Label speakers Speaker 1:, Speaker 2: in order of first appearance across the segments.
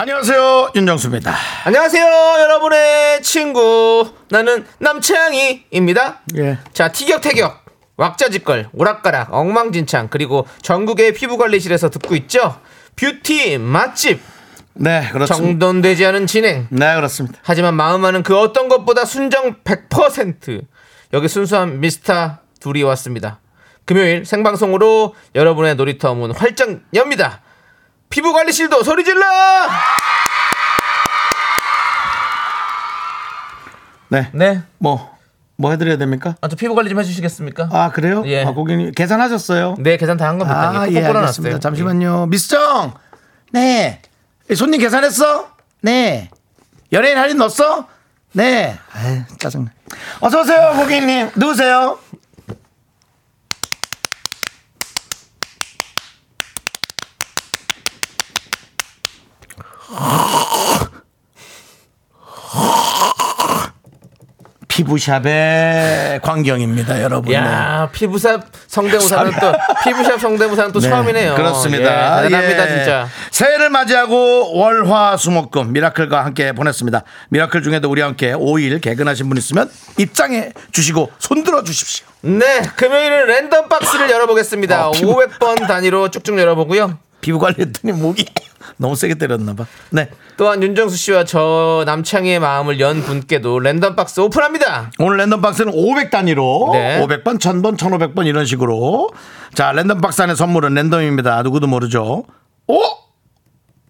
Speaker 1: 안녕하세요 윤정수입니다.
Speaker 2: 안녕하세요, 여러분의 친구. 나는 남창희입니다.
Speaker 1: 예.
Speaker 2: 자, 티격태격, 왁자지껄, 오락가락, 엉망진창, 그리고 전국의 피부관리실에서 듣고 있죠? 뷰티 맛집,
Speaker 1: 네 그렇습니다.
Speaker 2: 정돈되지 않은 진행.
Speaker 1: 네 그렇습니다.
Speaker 2: 하지만 마음만은 그 어떤 것보다 순정 100%. 여기 순수한 미스터 둘이 왔습니다. 금요일 생방송으로 여러분의 놀이터 문 활짝 엽니다. 피부관리실도 소리 질러!
Speaker 1: 네.
Speaker 2: 네.
Speaker 1: 뭐뭐 해드려야 됩니까?
Speaker 2: 아, 저 피부 관리 좀 해주시겠습니까?
Speaker 1: 아 그래요?
Speaker 2: 예.
Speaker 1: 아, 고객님 계산하셨어요?
Speaker 2: 네 계산 다 한 겁니다.
Speaker 1: 아,
Speaker 2: 예,
Speaker 1: 예,
Speaker 2: 놨어요
Speaker 1: 알겠습니다. 잠시만요. 미스정! 네. 손님 계산했어? 네. 연예인 할인 넣었어? 네. 아 짜증나. 어서오세요, 고객님. 누구세요? 피부샵의 광경입니다, 여러분. 네.
Speaker 2: 야 피부샵 성대모사는 또 피부샵 성대모사는 또
Speaker 1: 네,
Speaker 2: 처음이네요.
Speaker 1: 그렇습니다.
Speaker 2: 예, 대단합니다
Speaker 1: 예.
Speaker 2: 진짜.
Speaker 1: 새해를 맞이하고 월화수목금 미라클과 함께 보냈습니다. 미라클 중에도 우리와 함께 5일 개근하신 분 있으면 입장해 주시고 손들어 주십시오.
Speaker 2: 네 금요일은 랜덤 박스를 열어보겠습니다.
Speaker 1: 어, 피부-
Speaker 2: 500번 단위로 쭉쭉 열어보고요.
Speaker 1: 피부 관리했더니 목이 너무 세게 때렸나 봐. 네.
Speaker 2: 또한 윤정수 씨와 저 남창희의 마음을 연 분께도 랜덤 박스 오픈합니다.
Speaker 1: 오늘 랜덤 박스는 500 단위로
Speaker 2: 네.
Speaker 1: 500번, 1000번, 1500번 이런 식으로 자, 랜덤 박스 안에 선물은 랜덤입니다. 누구도 모르죠. 오!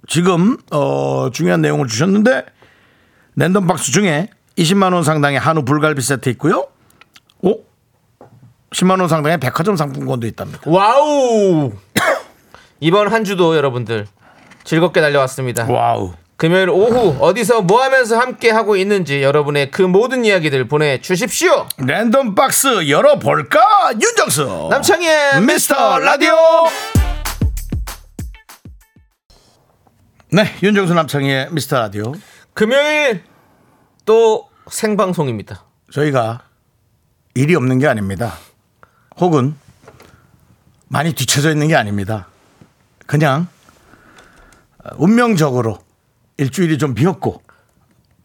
Speaker 1: 지금 어, 중요한 내용을 주셨는데 랜덤 박스 중에 20만 원 상당의 한우 불갈비 세트 있고요. 오! 10만 원 상당의 백화점 상품권도 있답니다.
Speaker 2: 와우 이번 한 주도 여러분들 즐겁게 달려왔습니다.
Speaker 1: 와우.
Speaker 2: 금요일 오후 어디서 뭐 하면서 함께 하고 있는지 여러분의 그 모든 이야기들 보내주십시오.
Speaker 1: 랜덤 박스 열어볼까? 윤정수!
Speaker 2: 남창희의
Speaker 1: 어, 미스터 라디오 네 윤정수 남창희의 미스터 라디오
Speaker 2: 금요일 또 생방송입니다.
Speaker 1: 저희가 일이 없는 게 아닙니다 혹은 많이 뒤쳐져 있는 게 아닙니다 그냥 어, 운명적으로 일주일이 좀 비었고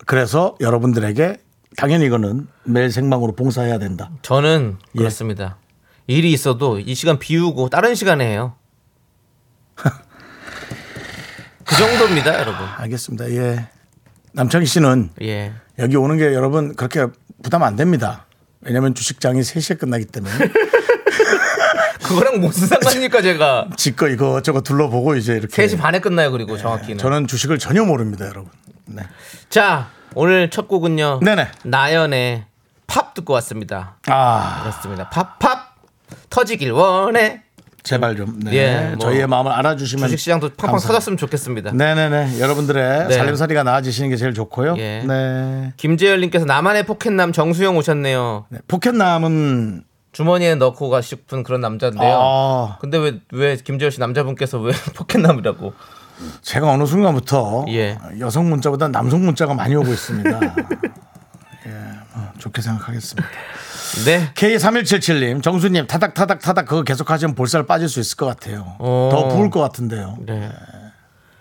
Speaker 1: 그래서 여러분들에게 당연히 이거는 매일 생방으로 봉사해야 된다
Speaker 2: 저는
Speaker 1: 예.
Speaker 2: 그렇습니다. 일이 있어도 이 시간 비우고 다른 시간에 해요. 그 정도입니다, 여러분.
Speaker 1: 알겠습니다 예 남창희 씨는
Speaker 2: 예.
Speaker 1: 여기 오는 게 여러분 그렇게 부담 안 됩니다. 왜냐면 주식장이 3시에 끝나기 때문에
Speaker 2: 그거랑 무슨 상관입니까, 제가?
Speaker 1: 지거 이거저거 둘러보고 이제 이렇게
Speaker 2: 3시 반에 끝나요, 그리고 정확히는.
Speaker 1: 저는 주식을 전혀 모릅니다, 여러분. 네.
Speaker 2: 자, 오늘 첫 곡은요.
Speaker 1: 네네.
Speaker 2: 나연의 팝 듣고 왔습니다.
Speaker 1: 아,
Speaker 2: 그렇습니다. 팝팝 터지길 원해.
Speaker 1: 제발 좀 네.
Speaker 2: 예, 뭐
Speaker 1: 저희의 마음을 알아 주시면
Speaker 2: 주식시장도 팡팡 터졌으면 좋겠습니다.
Speaker 1: 네, 네, 네. 여러분들의
Speaker 2: 네.
Speaker 1: 살림살이가 나아지시는 게 제일 좋고요.
Speaker 2: 예.
Speaker 1: 네.
Speaker 2: 김재열님께서 나만의 포켓남 정수영 오셨네요.
Speaker 1: 네. 포켓남은
Speaker 2: 주머니에 넣고 가 싶은 그런 남자인데요.
Speaker 1: 아.
Speaker 2: 근데 왜 왜 김재열 씨 남자분께서 왜 포켓남이라고?
Speaker 1: 제가 어느 순간부터
Speaker 2: 예.
Speaker 1: 여성 문자보다 남성 문자가 많이 오고 있습니다. 예, 뭐 좋게 생각하겠습니다.
Speaker 2: 네.
Speaker 1: K3177님, 정수님, 타닥타닥 타닥 그거 계속 하시면 볼살 빠질 수 있을 것 같아요.
Speaker 2: 어.
Speaker 1: 더 부을 것 같은데요.
Speaker 2: 네.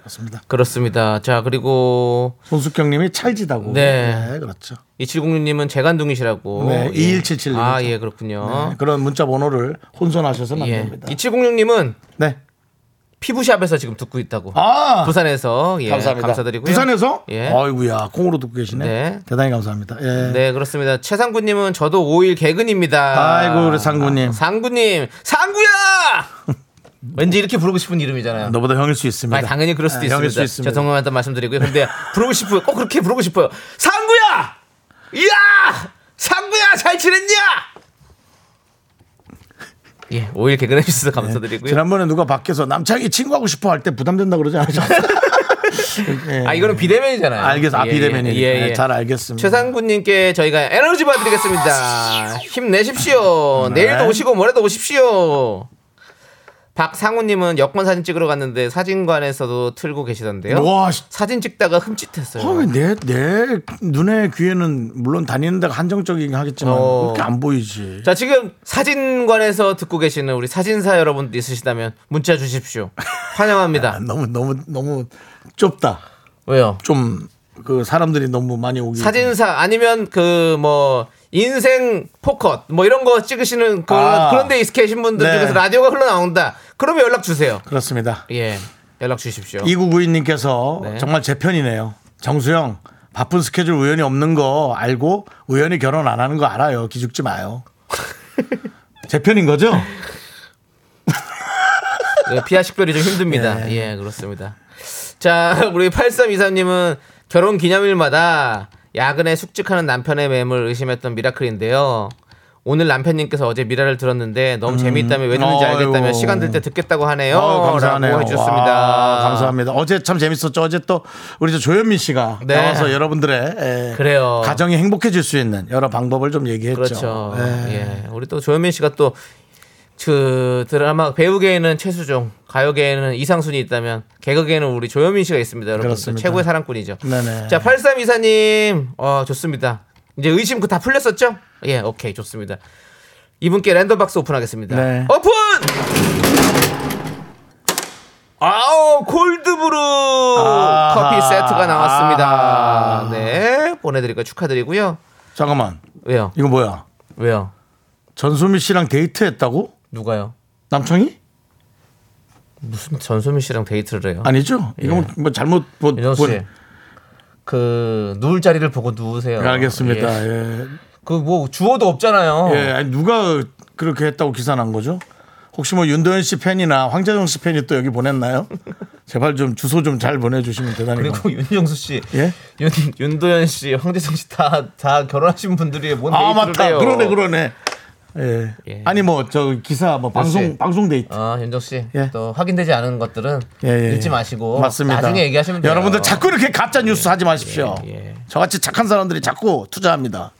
Speaker 1: 그렇습니다.
Speaker 2: 그렇습니다. 자, 그리고
Speaker 1: 손숙경님이 찰지다고.
Speaker 2: 네.
Speaker 1: 그렇죠.
Speaker 2: 2706님님은 재간둥이시라고.
Speaker 1: 네,
Speaker 2: 예.
Speaker 1: 2177 님.
Speaker 2: 아, 예,
Speaker 1: 네,
Speaker 2: 그렇군요.
Speaker 1: 그런 문자 번호를 혼선하셔서는
Speaker 2: 예.
Speaker 1: 안 됩니다.
Speaker 2: 2706님은
Speaker 1: 네.
Speaker 2: 피부샵에서 지금 듣고 있다고.
Speaker 1: 아,
Speaker 2: 부산에서 예,
Speaker 1: 감사합니다.
Speaker 2: 감사드리고요.
Speaker 1: 부산에서?
Speaker 2: 예.
Speaker 1: 아이구야, 콩으로 듣고 계시네.
Speaker 2: 네.
Speaker 1: 대단히 감사합니다. 예.
Speaker 2: 네, 그렇습니다. 최상구님은 저도 5일 개근입니다.
Speaker 1: 아이고, 우리 상구님.
Speaker 2: 아, 상구님, 상구야! 왠지 이렇게 부르고 싶은 이름이잖아요.
Speaker 1: 너보다 형일 수 있습니다.
Speaker 2: 네. 아니, 당연히 그럴 수도
Speaker 1: 아, 형일
Speaker 2: 있습니다.
Speaker 1: 수 있습니다.
Speaker 2: 죄송합니다 말씀드리고요. 근데 부르고 싶어요. 꼭 그렇게 부르고 싶어요. 상구야! 이야! 상구야! 잘 지냈냐? 예, 5일 개근해 주셔서
Speaker 1: 네.
Speaker 2: 감사드리고요.
Speaker 1: 지난번에 누가 밖에서 남창이 친구하고 싶어 할 때 부담된다 그러지 않으셨어요?
Speaker 2: 아 이거는 비대면이잖아요.
Speaker 1: 알겠어. 아,
Speaker 2: 예,
Speaker 1: 비대면이니까.
Speaker 2: 예, 예.
Speaker 1: 잘 알겠습니다.
Speaker 2: 최상구님께 저희가 에너지 받드리겠습니다. 힘내십시오.
Speaker 1: 네.
Speaker 2: 내일도 오시고 모레도 오십시오. 박상우님은 여권 사진 찍으러 갔는데 사진관에서도 틀고 계시던데요.
Speaker 1: 와,
Speaker 2: 사진 찍다가 흠칫했어요.
Speaker 1: 내, 내 눈에 귀에는 물론 다니는 데가 한정적이긴 하겠지만
Speaker 2: 어.
Speaker 1: 그렇게 안 보이지.
Speaker 2: 자 지금 사진관에서 듣고 계시는 우리 사진사 여러분들 있으시다면 문자 주십시오.
Speaker 1: 아,
Speaker 2: 환영합니다.
Speaker 1: 너무 너무 너무 좁다.
Speaker 2: 왜요?
Speaker 1: 좀 그 사람들이 너무 많이 오기.
Speaker 2: 사진사 아니면 그 뭐 인생 포컷 뭐 이런 거 찍으시는 그
Speaker 1: 아.
Speaker 2: 그런 데 계신 분들
Speaker 1: 네.
Speaker 2: 중에서 라디오가 흘러나온다. 그러면 연락 주세요.
Speaker 1: 그렇습니다.
Speaker 2: 예. 연락 주십시오.
Speaker 1: 이구구이님께서
Speaker 2: 네.
Speaker 1: 정말 제 편이네요. 정수영 바쁜 스케줄 우연히 없는 거 알고 우연히 결혼 안 하는 거 알아요. 기죽지 마요. 제 편인 거죠?
Speaker 2: 예, 피아 식별이 좀 힘듭니다. 예, 그렇습니다. 자, 우리 8323님은 결혼 기념일마다 야근에 숙직하는 남편의 맴을 의심했던 미라클인데요. 오늘 남편님께서 어제 미라를 들었는데 너무 재미있다며 왜 듣는지
Speaker 1: 음. 아이고.
Speaker 2: 알겠다며 시간 될 때 듣겠다고 하네요.
Speaker 1: 아유, 어, 감사하네요.
Speaker 2: 라고 어, 해주셨습니다.
Speaker 1: 와, 감사합니다. 어제 참 재밌었죠. 어제 또 우리 저 조현민 씨가
Speaker 2: 네.
Speaker 1: 나와서 여러분들의 에,
Speaker 2: 그래요.
Speaker 1: 가정이 행복해질 수 있는 여러 방법을 좀 얘기했죠.
Speaker 2: 그렇죠.
Speaker 1: 예.
Speaker 2: 예. 우리 또 조현민 씨가 또 그 드라마 배우계에는 최수종, 가요계에는 이상순이 있다면 개그계에는 우리 조현민 씨가 있습니다. 여러분
Speaker 1: 그렇습니다.
Speaker 2: 최고의 사랑꾼이죠.
Speaker 1: 네네.
Speaker 2: 자, 8324님. 어, 좋습니다. 이제 의심 그 다 풀렸었죠? 예, 오케이. 좋습니다. 이분께 랜덤 박스 오픈하겠습니다.
Speaker 1: 네.
Speaker 2: 오픈! 아우 콜드브루
Speaker 1: 아하.
Speaker 2: 커피 세트가 나왔습니다.
Speaker 1: 아하.
Speaker 2: 네 보내드리고 축하드리고요.
Speaker 1: 잠깐만.
Speaker 2: 왜요?
Speaker 1: 이거 뭐야?
Speaker 2: 왜요?
Speaker 1: 전소미 씨랑 데이트했다고?
Speaker 2: 누가요?
Speaker 1: 남청이?
Speaker 2: 무슨 전소민 씨랑 데이트를 해요?
Speaker 1: 아니죠? 이건 뭐 잘못 본.
Speaker 2: 예. 윤정 씨.
Speaker 1: 본-
Speaker 2: 그 누울 자리를 보고 누우세요.
Speaker 1: 알겠습니다. 예.
Speaker 2: 그 뭐 주어도 없잖아요.
Speaker 1: 예, 아니, 누가 그렇게 했다고 기사 난 거죠? 혹시 뭐 윤도현 씨 팬이나 황재정 씨 팬이 또 여기 보냈나요? 제발 좀 주소 좀 잘 보내주시면 대단히.
Speaker 2: 그리고 윤정수 씨,
Speaker 1: 예?
Speaker 2: 윤 윤도현 씨, 황재성 씨 다 다 결혼하신 분들이 뭔
Speaker 1: 아
Speaker 2: 데이트를
Speaker 1: 맞다
Speaker 2: 해요?
Speaker 1: 그러네 그러네 예.
Speaker 2: 예.
Speaker 1: 아니 뭐 저 기사 뭐 방송
Speaker 2: 그렇지.
Speaker 1: 방송 데이트
Speaker 2: 아 윤정 씨,
Speaker 1: 예.
Speaker 2: 또 확인되지 않은 것들은
Speaker 1: 예, 예,
Speaker 2: 읽지
Speaker 1: 예.
Speaker 2: 마시고
Speaker 1: 맞습니다.
Speaker 2: 나중에 얘기하시면 돼요.
Speaker 1: 여러분들 자꾸 이렇게 가짜 뉴스 하지 마십시오
Speaker 2: 예, 예.
Speaker 1: 저같이 착한 사람들이 자꾸 투자합니다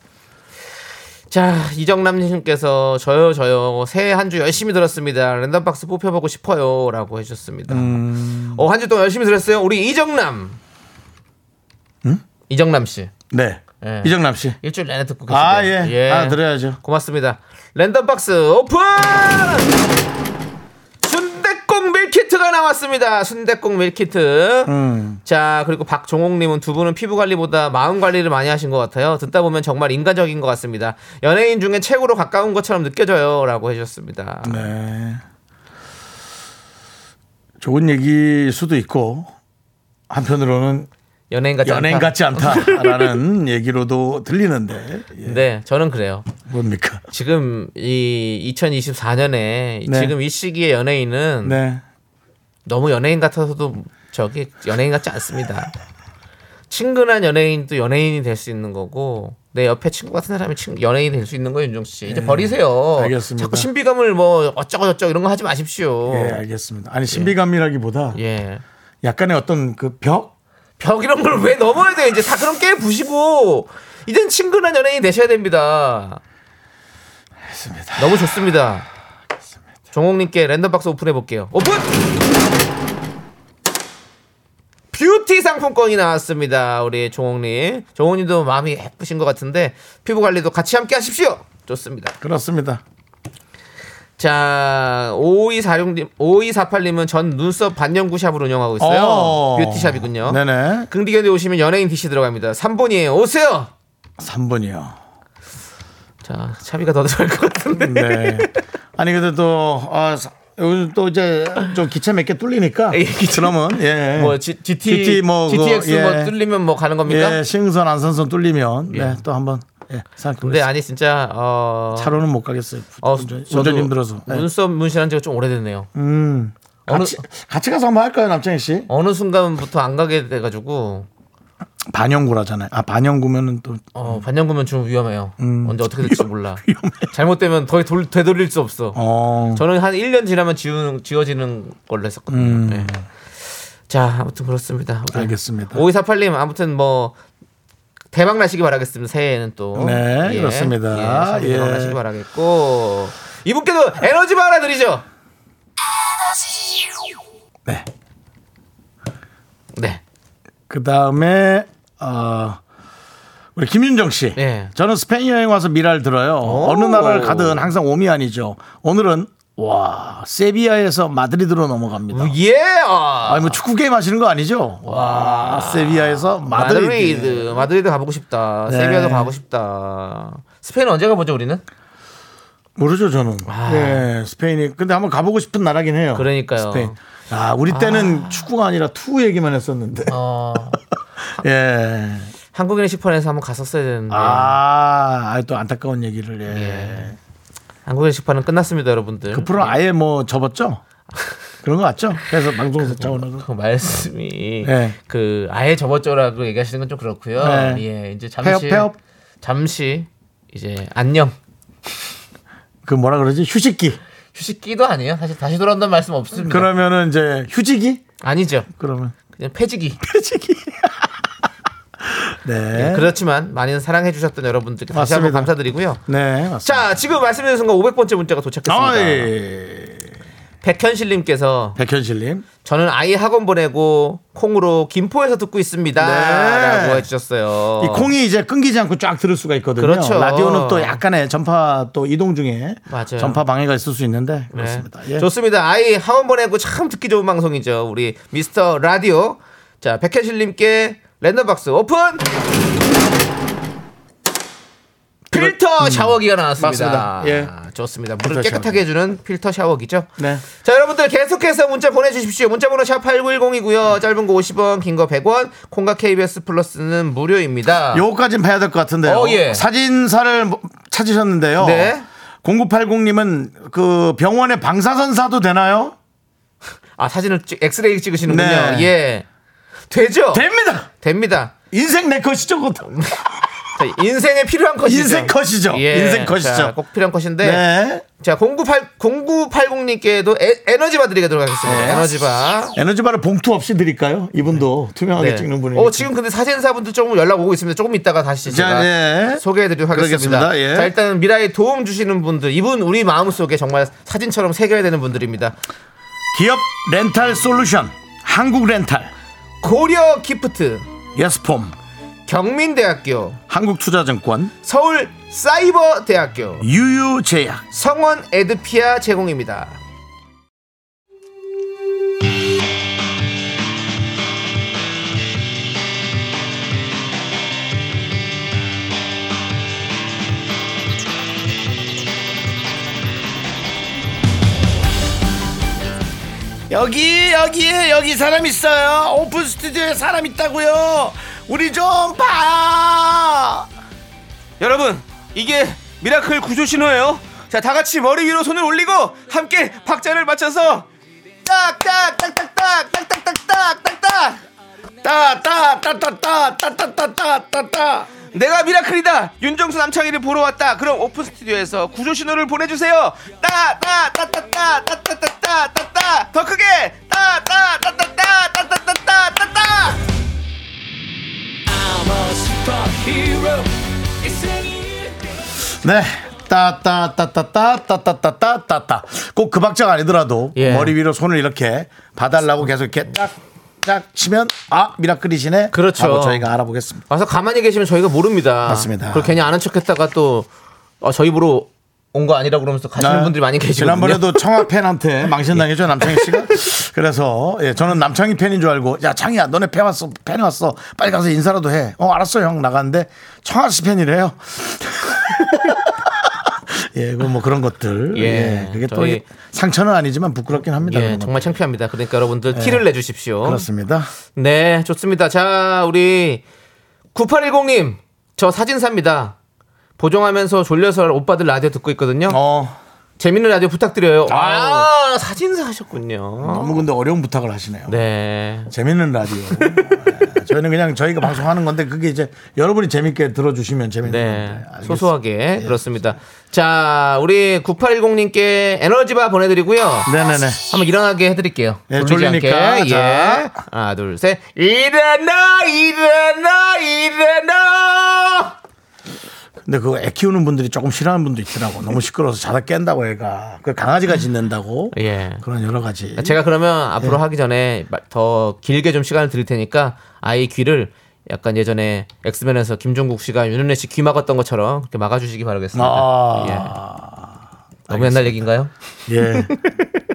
Speaker 2: 자 이정남님께서 저요 저요 새해 한 주 열심히 들었습니다 랜덤박스 뽑혀보고 싶어요라고 해주셨습니다. 어 한 주 동안 열심히 들었어요. 우리 이정남, 이정남 씨
Speaker 1: 네
Speaker 2: 예.
Speaker 1: 이정남 씨
Speaker 2: 일주일 내내 듣고 계시대요.
Speaker 1: 아, 예. 아, 드려야죠.
Speaker 2: 고맙습니다. 랜덤박스 오픈! 순대국 밀키트가 나왔습니다. 순대국 밀키트.
Speaker 1: 음.
Speaker 2: 자, 그리고 박종옥님은 두 분은 피부 관리보다 마음 관리를 많이 하신 것 같아요. 듣다 보면 정말 인간적인 것 같습니다. 연예인 중에 최고로 가까운 것처럼 느껴져요. 라고 해주셨습니다.
Speaker 1: 네. 좋은 얘기일 수도 있고 한편으로는
Speaker 2: 연예인 같지
Speaker 1: 연예인
Speaker 2: 않다.
Speaker 1: 같지 않다라는 얘기로도 들리는데 예.
Speaker 2: 네, 저는 그래요.
Speaker 1: 뭡니까
Speaker 2: 지금 이 2024년에
Speaker 1: 네.
Speaker 2: 지금 이 시기의 연예인은
Speaker 1: 네
Speaker 2: 너무 연예인 같아서도 저기 연예인 같지 않습니다. 친근한 연예인도 연예인이 될 수 있는 거고 내 옆에 친구 같은 사람이 친- 연예인이 될 수 있는 거예요, 윤종 씨. 이제 버리세요.
Speaker 1: 알겠습니다.
Speaker 2: 자꾸 신비감을 뭐 어쩌고 저쩌고 이런 거 하지 마십시오.
Speaker 1: 예, 알겠습니다 아니 신비감이라기보다
Speaker 2: 예.
Speaker 1: 약간의 어떤 그벽
Speaker 2: 벽 이런 걸 왜 넘어야 돼요? 이제 다 그런 게 부시고 이젠 친근한 연예인이 되셔야 됩니다.
Speaker 1: 했습니다
Speaker 2: 너무 좋습니다. 종옥님께 랜덤 박스 오픈해 볼게요. 오픈! 뷰티 상품권이 나왔습니다. 우리 종옥님. 종옥님도 마음이 예쁘신 것 같은데 피부 관리도 같이 함께 하십시오. 좋습니다.
Speaker 1: 그렇습니다
Speaker 2: 자, 5246님, 5248님은 전 눈썹 반영구샵을 운영하고 있어요.
Speaker 1: 어.
Speaker 2: 뷰티샵이군요.
Speaker 1: 네네.
Speaker 2: 긍디견디 오시면 연예인 DC 들어갑니다. 3번이에요. 오세요!
Speaker 1: 3번이요.
Speaker 2: 자, 차비가 더 들어갈 것 같은데.
Speaker 1: 네. 아니 근데 또 아, 사- 요즘 또 이제 좀 기차 몇 개 뚫리니까
Speaker 2: 예, 기차.
Speaker 1: 그러면 예.
Speaker 2: 뭐 G, GT,
Speaker 1: GT 뭐 그거,
Speaker 2: GTX
Speaker 1: 예.
Speaker 2: 뭐 뚫리면 뭐 가는 겁니까?
Speaker 1: 예, 신선 안선선 뚫리면 네, 또 한번 예,
Speaker 2: 근데
Speaker 1: 생각해 보
Speaker 2: 네, 아니 진짜 어,
Speaker 1: 차로는 못 가겠어요.
Speaker 2: 어,
Speaker 1: 운전,
Speaker 2: 저도
Speaker 1: 운전 힘들어서. 예.
Speaker 2: 눈썹 문신한 지가 좀 오래됐네요.
Speaker 1: 음.
Speaker 2: 어느-
Speaker 1: 같이 같이 가서 한번 할까요, 남창희 씨?
Speaker 2: 어느 순간부터 안 가게 돼가지고
Speaker 1: 반영구라잖아요. 아, 반영구면은 또
Speaker 2: 어, 반영구면 좀 위험해요.
Speaker 1: 음.
Speaker 2: 언제 어떻게 될지 몰라. 잘못되면 더 돌, 되돌릴 수 없어.
Speaker 1: 어.
Speaker 2: 저는 한 1년 지나면 지우는, 지워지는 걸로 했었거든요. 예. 네. 자, 아무튼 그렇습니다. 우리
Speaker 1: 음. 알겠습니다.
Speaker 2: 5248님, 아무튼 뭐, 대박 나시기 바라겠습니다. 새해에는 또.
Speaker 1: 네, 그렇습니다.
Speaker 2: 예, 잘
Speaker 1: 예.
Speaker 2: 대박 나시기 바라겠고. 이분께도 에너지 바라 드리죠.
Speaker 1: 네.
Speaker 2: 네.
Speaker 1: 그 다음에 어, 우리 김윤정 씨.
Speaker 2: 예.
Speaker 1: 저는 스페인 여행 와서 미랄 들어요. 어느 나라를 가든 항상 오미안이죠. 오늘은 와 세비야에서 마드리드로 넘어갑니다.
Speaker 2: 예! 아,
Speaker 1: 아니 뭐 축구 게임 하시는 거 아니죠? 와 세비야에서 마드리드.
Speaker 2: 마드리드. 마드리드 가보고 싶다.
Speaker 1: 네.
Speaker 2: 세비야도 가고 싶다. 스페인 언제 가보죠, 우리는?
Speaker 1: 모르죠 저는. 예, 스페인이 근데 한번 가보고 싶은 나라긴 해요.
Speaker 2: 아. 그러니까요.
Speaker 1: 스페인. 아 우리 때는 축구가 아니라 투 얘기만 했었는데.
Speaker 2: 어,
Speaker 1: 예.
Speaker 2: 한국인의 식판에서 한번 갔었어야 되는데.
Speaker 1: 아. 아또 안타까운 얘기를 예.
Speaker 2: 예. 한국인의 식판은 끝났습니다, 여러분들.
Speaker 1: 그 프로 아예 뭐 접었죠? 그런 거 같죠? 그래서 방송사 차원으로.
Speaker 2: 그 말씀이
Speaker 1: 네.
Speaker 2: 그 아예 접어줘라고 얘기하시는 건 좀 그렇고요.
Speaker 1: 네.
Speaker 2: 예, 이제 잠시
Speaker 1: 폐업 폐업
Speaker 2: 잠시 이제 안녕
Speaker 1: 그 뭐라 그러지 휴식기.
Speaker 2: 네. 휴식기도 아니에요. 사실 다시 돌아온다는 말씀 없습니다.
Speaker 1: 그러면은 이제 휴지기
Speaker 2: 아니죠.
Speaker 1: 그러면
Speaker 2: 그냥 폐지기.
Speaker 1: 휴지기. 네.
Speaker 2: 예, 그렇지만 많이 사랑해주셨던 여러분들께 다시 한번
Speaker 1: 맞습니다.
Speaker 2: 감사드리고요.
Speaker 1: 네 맞습니다.
Speaker 2: 자, 지금 말씀드린 순간 500번째 문자가 도착했습니다.
Speaker 1: 아, 예, 어이.
Speaker 2: 백현실님께서
Speaker 1: 백현실님.
Speaker 2: 저는 아이 학원 보내고 콩으로 김포에서 듣고
Speaker 1: 네.
Speaker 2: 있습니다라고 해주셨어요.
Speaker 1: 이 콩이 이제 끊기지 않고 쫙 들을 수가 있거든요.
Speaker 2: 그렇죠.
Speaker 1: 라디오는 또 약간의 전파 또 이동 중에
Speaker 2: 맞아요.
Speaker 1: 전파 방해가 있을 수 있는데
Speaker 2: 네.
Speaker 1: 그렇습니다. 예.
Speaker 2: 좋습니다. 아이 학원 보내고 참 듣기 좋은 방송이죠. 우리 미스터 라디오. 자, 백현실님께 랜덤 박스 오픈! 필터 샤워기가 나왔습니다.
Speaker 1: 음, 맞습니다. 예.
Speaker 2: 좋습니다. 물을
Speaker 1: 필터
Speaker 2: 깨끗하게 해주는 필터 샤워기죠.
Speaker 1: 네.
Speaker 2: 자, 여러분들 계속해서 문자 보내주십시오. 문자번호 샵 8910이고요. 짧은 거 50원, 긴 거 100원, 콩과 KBS 플러스는 무료입니다.
Speaker 1: 요거까진 봐야 될 것 같은데요.
Speaker 2: 어, 예.
Speaker 1: 사진사를 뭐- 찾으셨는데요.
Speaker 2: 네.
Speaker 1: 0980님은 그 병원에 방사선 사도 되나요?
Speaker 2: 아, 사진을 찍, 엑스레이 찍으시는군요.
Speaker 1: 네.
Speaker 2: 예. 되죠?
Speaker 1: 됩니다.
Speaker 2: 됩니다.
Speaker 1: 인생 내 것이죠, 그것도.
Speaker 2: 자, 인생에 필요한 컷이죠.
Speaker 1: 예. 인생 컷이죠. 인생 컷이죠.
Speaker 2: 예. 자, 꼭 필요한 컷인데.
Speaker 1: 네.
Speaker 2: 자, 098, 0980님께도 에, 너지바 드리도록 하겠습니다.
Speaker 1: 네.
Speaker 2: 에너지바.
Speaker 1: 에너지바를 봉투 없이 드릴까요? 아, 이분도 투명하게
Speaker 2: 네.
Speaker 1: 찍는 분이.
Speaker 2: 어, 지금 근데 사진사분들 조금 연락 오고 있습니다. 조금 있다가 다시 제가
Speaker 1: 자, 예.
Speaker 2: 소개해드리도록 하겠습니다.
Speaker 1: 그러겠습니다. 예.
Speaker 2: 자, 일단 미라에 도움 주시는 분들. 이분 우리 마음속에 정말 사진처럼 새겨야 되는 분들입니다.
Speaker 1: 기업 렌탈 솔루션, 한국 렌탈,
Speaker 2: 고려 기프트,
Speaker 1: 예스폼,
Speaker 2: 경민대학교,
Speaker 1: 한국투자증권,
Speaker 2: 서울 사이버대학교,
Speaker 1: 유유제약.
Speaker 2: 성원 에드피아 제공입니다.
Speaker 1: 여기 여기에 여기 사람 있어요. 오픈 스튜디오에 사람 있다고요. 우리 좀 봐.
Speaker 2: 여러분 이게 미라클 구조 신호예요 자 다같이 머리 위로 손을 올리고 함께 박자를 맞춰서 딱딱딱딱딱딱딱딱딱딱딱
Speaker 1: 따따따따따따따따따.
Speaker 2: 내가 미라클이다 윤정수 남창희를 보러 왔다 그럼 오픈 스튜디오에서 구조 신호를 보내주세요 따따따따따따따따따따 더 크게 따따따따따따따따따따
Speaker 1: 네. 따따따따따따따따따따. 꼭 그 박자가 아니더라도
Speaker 2: 예.
Speaker 1: 머리 위로 손을 이렇게 봐달라고 계속 이렇게 짝짝 치면 아 미라클이시네.
Speaker 2: 그렇죠.
Speaker 1: 하고 저희가 알아보겠습니다.
Speaker 2: 와서 가만히 계시면 저희가 모릅니다.
Speaker 1: 맞습니다.
Speaker 2: 그걸 괜히 아는 척했다가 또 어, 저희 보러 온 거 아니라 그러면서 가시는
Speaker 1: 네.
Speaker 2: 분들이 많이 계시거든요. 예.
Speaker 1: 지난번에도 청아 팬한테 망신당했죠 남창희 씨가. 그래서 예, 저는 남창희 팬인 줄 알고 야 창희야 너네 팬 왔어 팬 왔어 빨리 가서 인사라도 해. 어 알았어 형 나갔는데 청아 씨 팬이래요. 예, 그뭐 그런 것들.
Speaker 2: 예,
Speaker 1: 예, 그게 또
Speaker 2: 저희-
Speaker 1: 이- 상처는 아니지만 부끄럽긴 합니다.
Speaker 2: 예,
Speaker 1: 그런 것들. 네.
Speaker 2: 정말 창피합니다. 그러니까 여러분들 티를 내주십시오.
Speaker 1: 그렇습니다.
Speaker 2: 네, 좋습니다. 자, 우리 9810님, 저 사진사입니다. 보정하면서 졸려서 오빠들 라디오 듣고 있거든요.
Speaker 1: 어
Speaker 2: 재밌는 라디오 부탁드려요. 아, 사진사 하셨군요.
Speaker 1: 너무 근데 어려운 부탁을 하시네요.
Speaker 2: 네.
Speaker 1: 재밌는 라디오. 아, 저희는 그냥 저희가 방송하는 건데 그게 이제 여러분이 재밌게 들어주시면 재밌는
Speaker 2: 네.
Speaker 1: 건데. 알겠습니다. 예,
Speaker 2: 소소하게 그렇습니다. 자, 우리 9810님께 에너지바 보내드리고요.
Speaker 1: 네네네.
Speaker 2: 한번 일어나게 해드릴게요.
Speaker 1: 예,
Speaker 2: 졸리지
Speaker 1: 졸리니까.
Speaker 2: 않게. 예.
Speaker 1: 자.
Speaker 2: 하나, 둘, 셋. 일어나, 일어나, 일어나.
Speaker 1: 근데 그거 애 키우는 분들이 조금 싫어하는 분도 있더라고. 너무 시끄러워서 자다 깬다고 애가. 그 강아지가 짖는다고.
Speaker 2: 예.
Speaker 1: 그런 예. 여러 가지.
Speaker 2: 제가 그러면 앞으로 하기 전에 마- 더 길게 좀 시간을 드릴 테니까 아이 귀를 약간 예전에 엑스맨에서 김종국 씨가 윤은혜 씨 귀 막았던 것처럼 그렇게 막아주시기 바라겠습니다. 예.
Speaker 1: 아.
Speaker 2: 너무 옛날 얘기인가요?
Speaker 1: 예.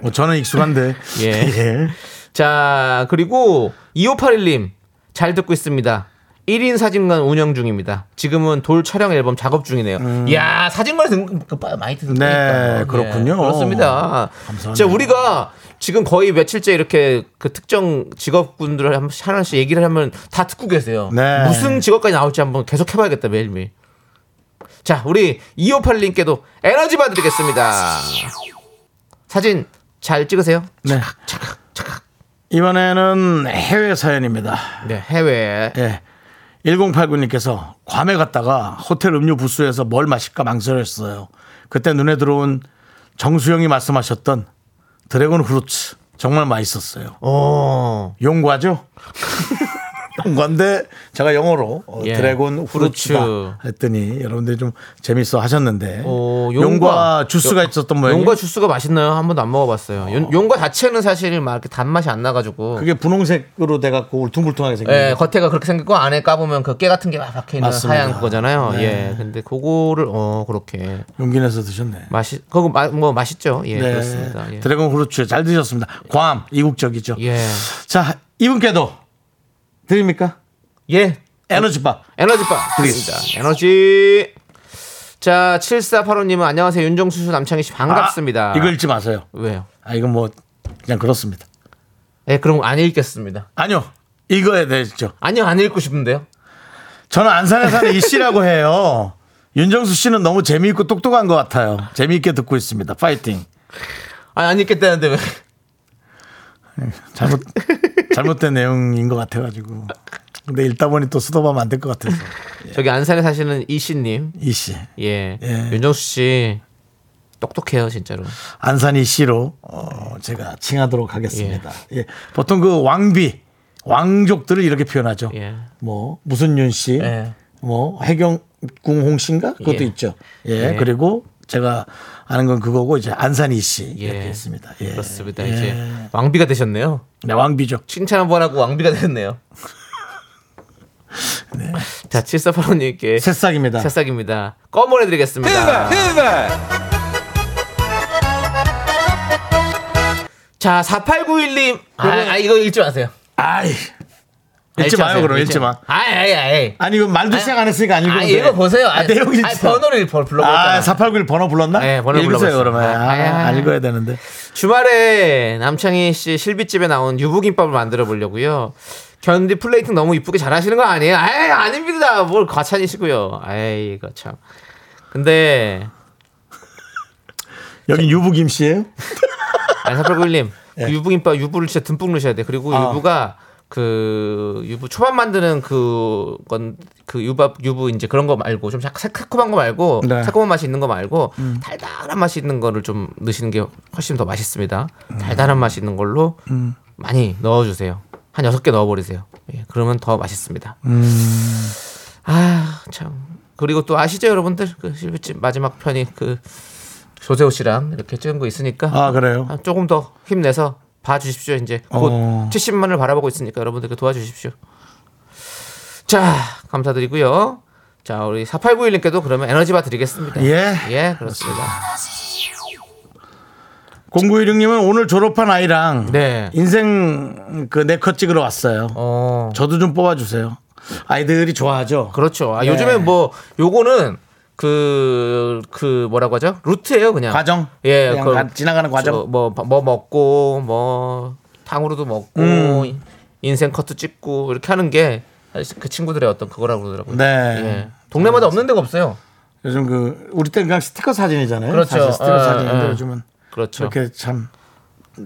Speaker 1: 뭐 저는 익숙한데.
Speaker 2: 예.
Speaker 1: 예.
Speaker 2: 자, 그리고 2581님 잘 듣고 있습니다. 1인 사진관 운영 중입니다. 지금은 돌 촬영 앨범 작업 중이네요. 이야, 사진관에서 음, 그 빠- 많이 듣는
Speaker 1: 음. 네,
Speaker 2: 거니까요. 예,
Speaker 1: 그렇군요.
Speaker 2: 그렇습니다.
Speaker 1: 감사합니다.
Speaker 2: 자, 우리가 지금 거의 며칠째 이렇게 그 특정 직업군들을 한 번씩 하나씩 얘기를 하면 다 듣고 계세요.
Speaker 1: 네.
Speaker 2: 무슨 직업까지 나올지 한번 계속 해봐야겠다, 매일매일. 자, 우리 2581님께도 에너지 받드리겠습니다. 사진 잘 찍으세요.
Speaker 1: 네. 이번에는 해외 사연입니다.
Speaker 2: 네, 해외.
Speaker 1: 예. 1089님께서 괌에 갔다가 호텔 음료 부스에서 뭘 마실까 망설였어요. 그때 눈에 들어온 정수영이 말씀하셨던 드래곤 후르츠 정말 맛있었어요.
Speaker 2: 어.
Speaker 1: 용과죠? 용과인데 제가 영어로 어,
Speaker 2: 예.
Speaker 1: 드래곤
Speaker 2: 후르츠.
Speaker 1: 후르츠다 했더니 여러분들이 좀 재밌어 하셨는데
Speaker 2: 어,
Speaker 1: 용과, 주스가 있었던 모양이
Speaker 2: 용과 주스가 맛있나요? 한 번도 안 먹어봤어요. 용- 용과 자체는 사실 막 이렇게 단맛이 안 나가지고.
Speaker 1: 그게 분홍색으로 돼갖고 울퉁불퉁하게 생긴
Speaker 2: 예,
Speaker 1: 거.
Speaker 2: 겉에가 그렇게 생겼고 안에 까보면 그 깨 같은 게 막 박혀 있는
Speaker 1: 맞습니다.
Speaker 2: 하얀 그거잖아요.
Speaker 1: 네.
Speaker 2: 예, 근데 그거를 어 그렇게
Speaker 1: 용기 내서 드셨네. 네.
Speaker 2: 맛이 그거 마, 뭐 맛있죠. 예, 그렇습니다. 예.
Speaker 1: 드래곤 후르츠 잘 드셨습니다. 괌 이국적이죠.
Speaker 2: 예.
Speaker 1: 자 이분께도 드립니까?
Speaker 2: 예,
Speaker 1: 에너지바. 아,
Speaker 2: 에너지바 드리겠습니다. 에너지. 자, 7485님은 안녕하세요. 윤정수 씨, 남창희 씨 반갑습니다.
Speaker 1: 아, 이거 읽지 마세요.
Speaker 2: 왜요?
Speaker 1: 아 이건 뭐 그냥 그렇습니다.
Speaker 2: 예, 그럼 안 읽겠습니다.
Speaker 1: 아니요 이거에 대해죠.
Speaker 2: 아니요, 안 읽고 싶은데요.
Speaker 1: 저는 안산에 사는 이 씨라고 해요. 윤정수 씨는 너무 재미있고 똑똑한 것 같아요. 재미있게 듣고 있습니다. 파이팅.
Speaker 2: 아니, 안 읽겠다는데 왜?
Speaker 1: 잘못 잘못된 내용인 것 같아가지고. 근데 읽다 보니 또 수도하면 안 될 것 같아서
Speaker 2: 저기 안산에 사시는 이씨님,
Speaker 1: 이 씨.
Speaker 2: 예,
Speaker 1: 예.
Speaker 2: 윤정수 씨 똑똑해요 진짜로.
Speaker 1: 안산 이씨로 어, 제가 칭하도록 하겠습니다. 예. 보통 그 왕비 왕족들을 이렇게 표현하죠.
Speaker 2: 예.
Speaker 1: 뭐 무순윤 씨,
Speaker 2: 예.
Speaker 1: 뭐 해경궁홍 씨인가 그것도
Speaker 2: 예.
Speaker 1: 있죠. 예.
Speaker 2: 예.
Speaker 1: 그리고 제가 아는 건 그거고 이제 안산 이씨 이렇게 있습니다. 예.
Speaker 2: 그렇습니다.
Speaker 1: 예.
Speaker 2: 이제 왕비가 되셨네요.
Speaker 1: 네, 왕비죠.
Speaker 2: 칭찬 한 번 하고 왕비가 되셨네요. 자, 7485님께
Speaker 1: 네. 새싹입니다.
Speaker 2: 예. 새싹입니다. 껌 보내드리겠습니다. 자, 4891님. 아,
Speaker 1: 그러면-
Speaker 2: 아, 이거 읽지 마세요.
Speaker 1: 아이
Speaker 2: 아,
Speaker 1: 읽지 마요
Speaker 2: 마세요.
Speaker 1: 그럼 읽지 마.
Speaker 2: 아이, 아이, 아이.
Speaker 1: 아니 이거 말도
Speaker 2: 아니,
Speaker 1: 시작 안 했으니까 안 읽어.
Speaker 2: 아, 이거 보세요.
Speaker 1: 아,
Speaker 2: 아니,
Speaker 1: 내용이
Speaker 2: 아니,
Speaker 1: 있어.
Speaker 2: 번호를 불러보잖
Speaker 1: 아, 4891 번호 불렀나?
Speaker 2: 네, 번호
Speaker 1: 읽으세요,
Speaker 2: 불러봤어요.
Speaker 1: 그러면. 아,
Speaker 2: 아, 아, 아.
Speaker 1: 읽어야 되는데.
Speaker 2: 주말에 남창희 씨 실비집에 나온 유부김밥을 만들어 보려고요. 견디 플레이팅 너무 이쁘게 잘하시는 거 아니에요? 에이 아닙니다. 뭘 과찬이시고요. 에이 이거 참. 근데
Speaker 1: 여긴 유부김 씨예요?
Speaker 2: 아니 사팔구일님 그 유부김밥 유부를 진짜 듬뿍 넣으셔야 돼. 그리고
Speaker 1: 예. 아.
Speaker 2: 유부가 그 유부 초밥 만드는 그건 그 유밥 유부 이제 그런 거 말고 좀 작- 새콤한 거 말고
Speaker 1: 네. 음.
Speaker 2: 새콤한 맛이 있는 거 말고 달달한 맛이 있는 거를 좀 넣으시는 게 훨씬 더 맛있습니다.
Speaker 1: 음.
Speaker 2: 달달한 맛이 있는 걸로 많이 넣어주세요. 한 여섯 개 넣어버리세요. 예, 그러면 더 맛있습니다.
Speaker 1: 음.
Speaker 2: 아 참. 그리고 또 아시죠 여러분들 그 실비집 마지막 편이 그 조세호 씨랑 이렇게 찍은 거 있으니까
Speaker 1: 아, 그래요?
Speaker 2: 아, 조금 더 힘내서 봐주십시오. 이제 곧
Speaker 1: 어.
Speaker 2: 70만을 바라보고 있으니까 여러분들 그 도와주십시오. 자, 감사드리고요. 자, 우리 4891님께도 그러면 에너지바 드리겠습니다.
Speaker 1: 예.
Speaker 2: 예, 그렇습니다.
Speaker 1: 0916님은 오늘 졸업한 아이랑
Speaker 2: 네.
Speaker 1: 인생 그 네컷 찍으러 왔어요.
Speaker 2: 어,
Speaker 1: 저도 좀 뽑아주세요. 아이들이 좋아하죠.
Speaker 2: 그렇죠. 아,
Speaker 1: 네.
Speaker 2: 요즘에 뭐, 요거는 그, 그 뭐라고 하죠? 루트예요 그냥.
Speaker 1: 과정.
Speaker 2: 예,
Speaker 1: 그냥
Speaker 2: 그-
Speaker 1: 가- 지나가는 과정.
Speaker 2: 저 뭐, 뭐 먹고, 뭐, 탕후루도 먹고,
Speaker 1: 음.
Speaker 2: 인생 커트 찍고, 이렇게 하는 게 그 친구들의 어떤 그거라고 그러더라고요.
Speaker 1: 네.
Speaker 2: 예. 동네마다 없는 데가 없어요.
Speaker 1: 요즘 그 우리 때는 그냥 스티커 사진이잖아요.
Speaker 2: 그렇죠.
Speaker 1: 사실 스티커
Speaker 2: 예,
Speaker 1: 사진인데
Speaker 2: 예.
Speaker 1: 요즘은
Speaker 2: 그렇죠.
Speaker 1: 이렇게 참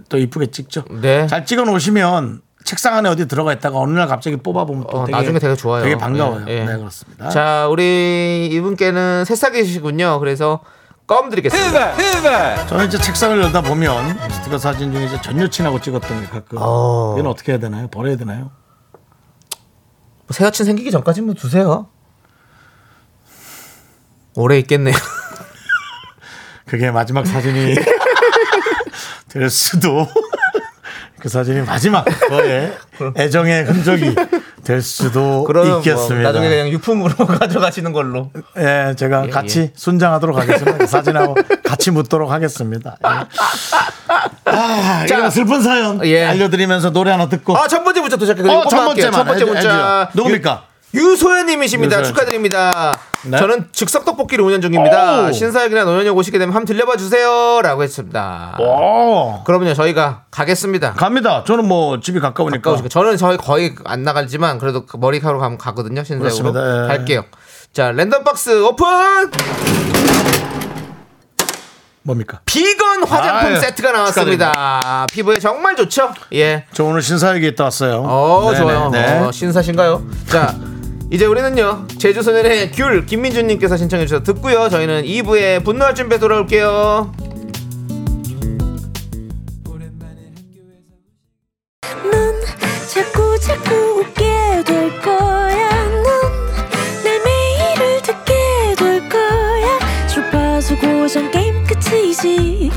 Speaker 1: 또 이쁘게 찍죠.
Speaker 2: 네.
Speaker 1: 잘 찍어 놓으시면 책상 안에 어디 들어가 있다가 어느 날 갑자기 뽑아보면 또
Speaker 2: 어,
Speaker 1: 되게,
Speaker 2: 나중에 되게 좋아요.
Speaker 1: 되게 반가워요.
Speaker 2: 예, 예.
Speaker 1: 네, 그렇습니다.
Speaker 2: 자, 우리 이분께는 새싹이시군요. 그래서 껌
Speaker 1: 네,
Speaker 2: 드리겠습니다.
Speaker 1: 저는 이제 책상을 열다 보면 스티커 사진 중에 이제 전 여친하고 찍었던 게 가끔.
Speaker 2: 어.
Speaker 1: 이건 어떻게 해야 되나요? 버려야 되나요?
Speaker 2: 새 여친 생기기 전까지 뭐 두세요. 오래 있겠네요.
Speaker 1: 그게 마지막 사진이 될 수도. 그 사진이 마지막 저의 애정의 흔적이 될 수도
Speaker 2: 그러면 뭐
Speaker 1: 있겠습니다.
Speaker 2: 나중에 그냥 유품으로 가져가시는 걸로.
Speaker 1: 예, 제가 같이 순장하도록 하겠습니다. 그 사진하고 같이 묻도록 하겠습니다. 예. 아, 이런 슬픈 사연
Speaker 2: 예.
Speaker 1: 알려드리면서 노래 하나 듣고.
Speaker 2: 아, 첫 번째 문자 도착했거든요.
Speaker 1: 어, 첫 번째만.
Speaker 2: 첫 번째
Speaker 1: 해주-
Speaker 2: 문자.
Speaker 1: 해주세요. 누굽니까?
Speaker 2: 유, 소연님이십니다
Speaker 1: 유소연 씨.
Speaker 2: 축하드립니다.
Speaker 1: 네.
Speaker 2: 저는 즉석 떡볶이를 운영 중입니다.
Speaker 1: 오.
Speaker 2: 신사역이나 노현역 오시게 되면 한번 들려봐 주세요라고 했습니다.
Speaker 1: 오,
Speaker 2: 그럼요, 저희가 가겠습니다.
Speaker 1: 갑니다. 저는 뭐 집이 가까우니까.
Speaker 2: 가까우시고. 저는 저희 거의 안 나가지만 그래도 그 머리카락으로 가면 가거든요. 신사역으로
Speaker 1: 그렇습니다. 예.
Speaker 2: 갈게요. 자, 랜덤 박스 오픈.
Speaker 1: 뭡니까?
Speaker 2: 비건 화장품
Speaker 1: 아유,
Speaker 2: 세트가 나왔습니다. 피부에 정말 좋죠? 예.
Speaker 1: 저 오늘 신사역에 있다 왔어요.
Speaker 2: 어
Speaker 1: 네네,
Speaker 2: 좋아요.
Speaker 1: 네.
Speaker 2: 어, 신사신가요? 자 이제 우리는요 제주 소년의 귤 김민준님께서 신청해 주셔서 듣고요. 저희는 2부에 분노할 준비 돌아올게요.
Speaker 3: 넌 자꾸 자꾸 웃게 될 거야. 넌내 매일을 듣게 될 거야. 주파수 고정 게임 끝이지.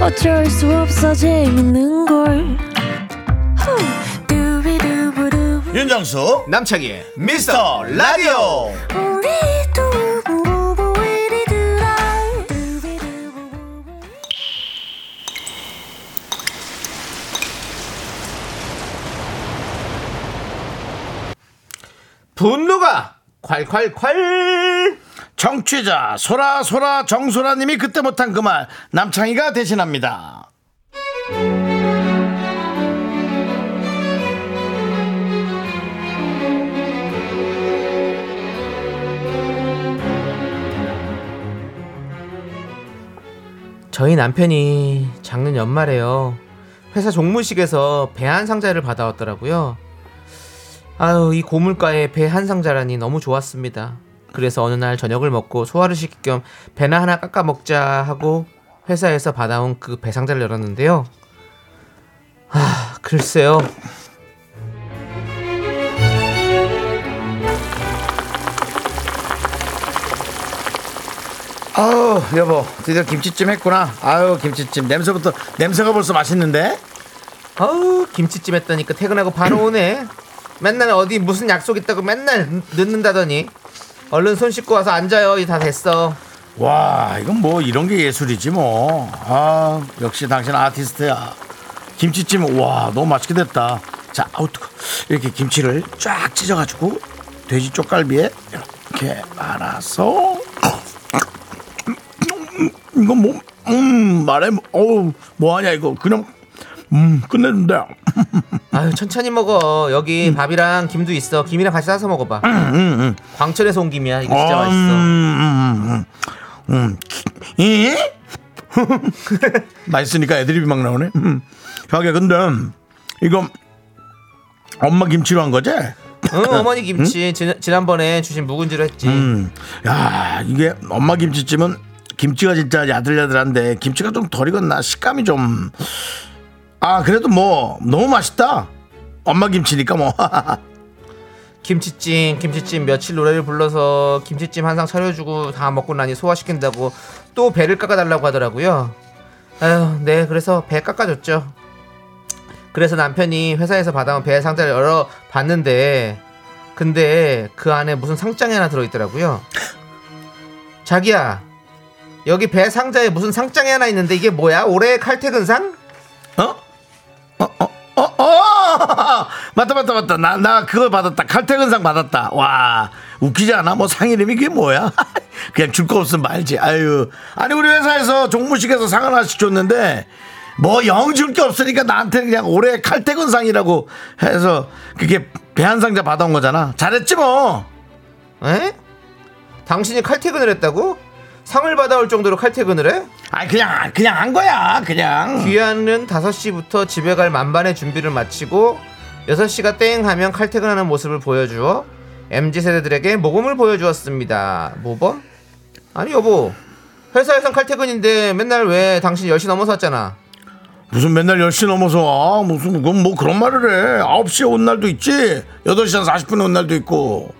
Speaker 3: 어쩔 수 없어 재밌는 걸. 후. 두비두부두.
Speaker 1: 윤정수
Speaker 2: 남창희 미스터 라디오.
Speaker 3: 우리 두부부부 우리 두라. 두비두부부부.
Speaker 2: 분노가 콸콸콸.
Speaker 1: 청취자 소라 소라 정소라님이 그때 못한 그 말 남창희가 대신합니다.
Speaker 2: 저희 남편이 작년 연말에요. 회사 종무식에서 배 한 상자를 받아왔더라고요. 아유, 이 고물가에 배 한 상자라니 너무 좋았습니다. 그래서 어느 날 저녁을 먹고 소화를 시킬 겸 배나 하나 깎아 먹자 하고 회사에서 받아온 그 배 상자를 열었는데요. 아, 글쎄요.
Speaker 1: 아우 여보 드디어 김치찜 했구나. 아유 김치찜 냄새부터 냄새가 벌써 맛있는데.
Speaker 2: 아우, 김치찜 했다니까 퇴근하고 바로 오네. 맨날 어디 무슨 약속 있다고 맨날 늦- 늦는다더니 얼른 손 씻고 와서 앉아요. 이다 됐어.
Speaker 1: 와 이건 뭐 이런 게 예술이지 뭐. 아 역시 당신 아티스트야. 김치찜 와 너무 맛있게 됐다. 자 아우 뜨거. 이렇게 김치를 쫙 찢어가지고 돼지 쪽갈비에 이렇게 말아서 이거 뭐 음, 말해 어우 뭐하냐 이거 그냥 음 끝내준다.
Speaker 2: 아유 천천히 먹어 여기 밥이랑 김도 있어 김이랑 같이 싸서 먹어봐 광천에서 온 김이야 이거 진짜 맛있어
Speaker 1: 음, 음, 음, 음. 이? 맛있으니까 애드립이 막 나오네. 음. 혁야, 근데 이거 엄마 김치로 한 거지?
Speaker 2: 응 어머니 김치 지, 지난번에 주신 묵은지로 했지
Speaker 1: 음. 야, 이게 엄마 김치찜은 김치가 진짜 야들야들한데 김치가 좀 덜 익었나 식감이 좀. 아, 그래도 뭐 너무 맛있다. 엄마 김치니까 뭐.
Speaker 2: 김치찜 김치찜 며칠 노래를 불러서 김치찜 한 상 차려주고 다 먹고 나니 소화시킨다고 또 배를 깎아달라고 하더라고요 아유 네 그래서 배 깎아줬죠 그래서 남편이 회사에서 받아온 배 상자를 열어 봤는데 근데 그 안에 무슨 상장이 하나 들어있더라고요 자기야 여기 배 상자에 무슨 상장이 하나 있는데 이게 뭐야 올해 칼퇴근상?
Speaker 1: 어? 어, 어, 어, 어! 맞다, 맞다, 맞다. 나, 나 그거 받았다. 칼퇴근상 받았다. 와, 웃기지 않아? 뭐 상 이름이 그게 뭐야? 그냥 줄 거 없으면 말지. 아유. 아니, 우리 회사에서 종무식에서 상 하나씩 줬는데, 뭐 영 줄 게 없으니까 나한테 그냥 올해 칼퇴근상이라고 해서 그게 배한상자 받아온 거잖아. 잘했지 뭐.
Speaker 2: 에? 당신이 칼퇴근을 했다고? 상을 받아올 정도로 칼퇴근을 해?
Speaker 1: 아 그냥 그냥 한 거야 그냥
Speaker 2: 귀하는 5시부터 집에 갈 만반의 준비를 마치고 6시가 땡 하면 칼퇴근하는 모습을 보여주어 MZ세대들에게 모범을 보여주었습니다. 모범? 아니 여보 회사에선 칼퇴근인데 맨날 왜 당신 10시 넘어서 왔잖아.
Speaker 1: 무슨 맨날 10시 넘어서 아, 무슨 그건 뭐 그런 말을 해 9시에 온 날도 있지 8시 한 40분에 온 날도 있고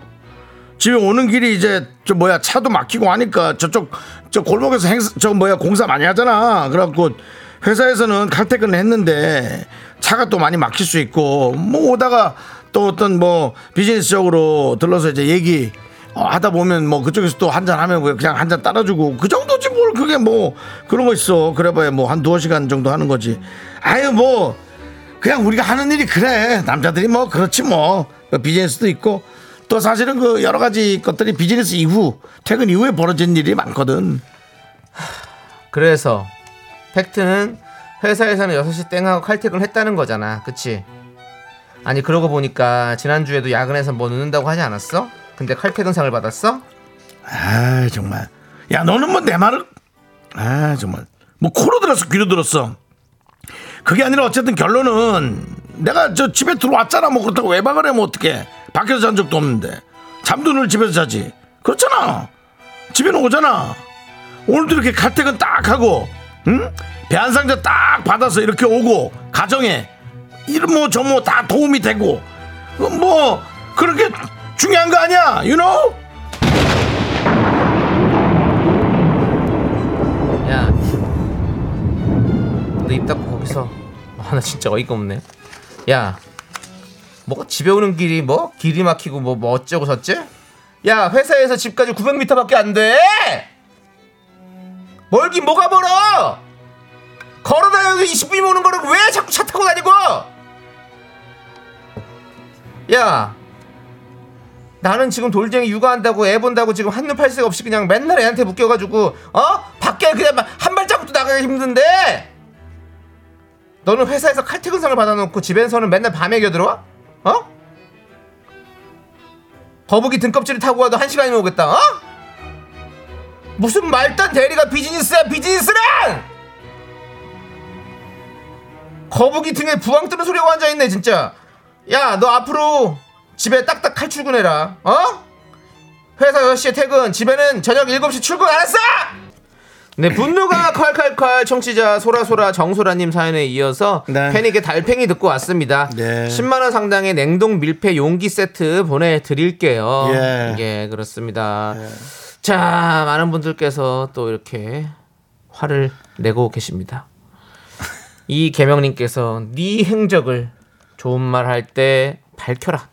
Speaker 1: 집에 오는 길이 이제 저 뭐야 차도 막히고 하니까 저쪽 저 골목에서 행사 저 뭐야 공사 많이 하잖아 그래갖고 회사에서는 칼퇴근을 했는데 차가 또 많이 막힐 수 있고 뭐 오다가 또 어떤 뭐 비즈니스적으로 들러서 이제 얘기 어, 하다 보면 뭐 그쪽에서 또 한잔 하면 뭐 그냥 한잔 따라주고 그 정도지 뭘 그게 뭐 그런 거 있어 그래봐야 뭐 한 두어 시간 정도 하는 거지 아유 뭐 그냥 우리가 하는 일이 그래 남자들이 뭐 그렇지 뭐 비즈니스도 있고 또 사실은 그 여러 가지 것들이 비즈니스 이후 퇴근 이후에 벌어진 일이 많거든
Speaker 2: 그래서 팩트는 회사에서는 6시 땡하고 칼퇴근을 했다는 거잖아. 그치? 아니 그러고 보니까 지난주에도 야근해서 뭐 늦는다고 하지 않았어? 근데 칼퇴근상을 받았어?
Speaker 1: 아 정말 야 너는 뭐 내 말을 아 정말 뭐 코로 들었어 귀로 들었어 그게 아니라 어쨌든 결론은 내가 저 집에 들어왔잖아 뭐 그렇다고 외박을 해뭐 어떡해 밖에서 잔 적도 없는데 잠도 늘 집에서 자지 그렇잖아 집에는 오잖아 오늘도 이렇게 칼퇴근 딱 하고 응? 배 한 상자 딱 받아서 이렇게 오고 가정에 이러뭐 저 뭐 다 도움이 되고 어, 뭐 그렇게 중요한 거 아니야 you know?
Speaker 2: 야, 너 입 닫고 거기서 아, 나 진짜 어이가 없네. 야, 뭐 집에 오는 길이 뭐 길이 막히고 뭐, 뭐 어쩌고 저쩌? 야, 회사에서 집까지 900m밖에 안 돼. 멀긴 뭐가 멀어? 걸어다녀도 20분이면 오는 거를 왜 자꾸 차 타고 다니고? 야, 나는 지금 돌쟁이 육아한다고 애 본다고 지금 한눈 팔색 없이 그냥 맨날 애한테 묶여가지고 어 밖에 그냥 막한 발자국도 나가기 힘든데 너는 회사에서 칼퇴근상을 받아놓고 집에서는 맨날 밤에 겨들어와 어 거북이 등껍질을 타고 와도 한 시간이면 오겠다 어 무슨 말단 대리가 비즈니스야 비즈니스란 거북이 등에 부황 뜨는 소리가 하 앉아있네 진짜 야 너 앞으로 집에 딱딱 칼출근해라 어? 회사 6시에 퇴근 집에는 저녁 7시 출근 알았어? 네 분노가 칼칼칼 청취자 소라소라 정소라님 사연에 이어서
Speaker 1: 네.
Speaker 2: 패닉의 달팽이 듣고 왔습니다
Speaker 1: 네.
Speaker 2: 10만원 상당의 냉동 밀폐 용기 세트 보내드릴게요
Speaker 1: 예.
Speaker 2: 예, 그렇습니다 자 많은 분들께서 또 이렇게 화를 내고 계십니다 이 개명님께서 네 행적을 좋은 말 할 때 밝혀라.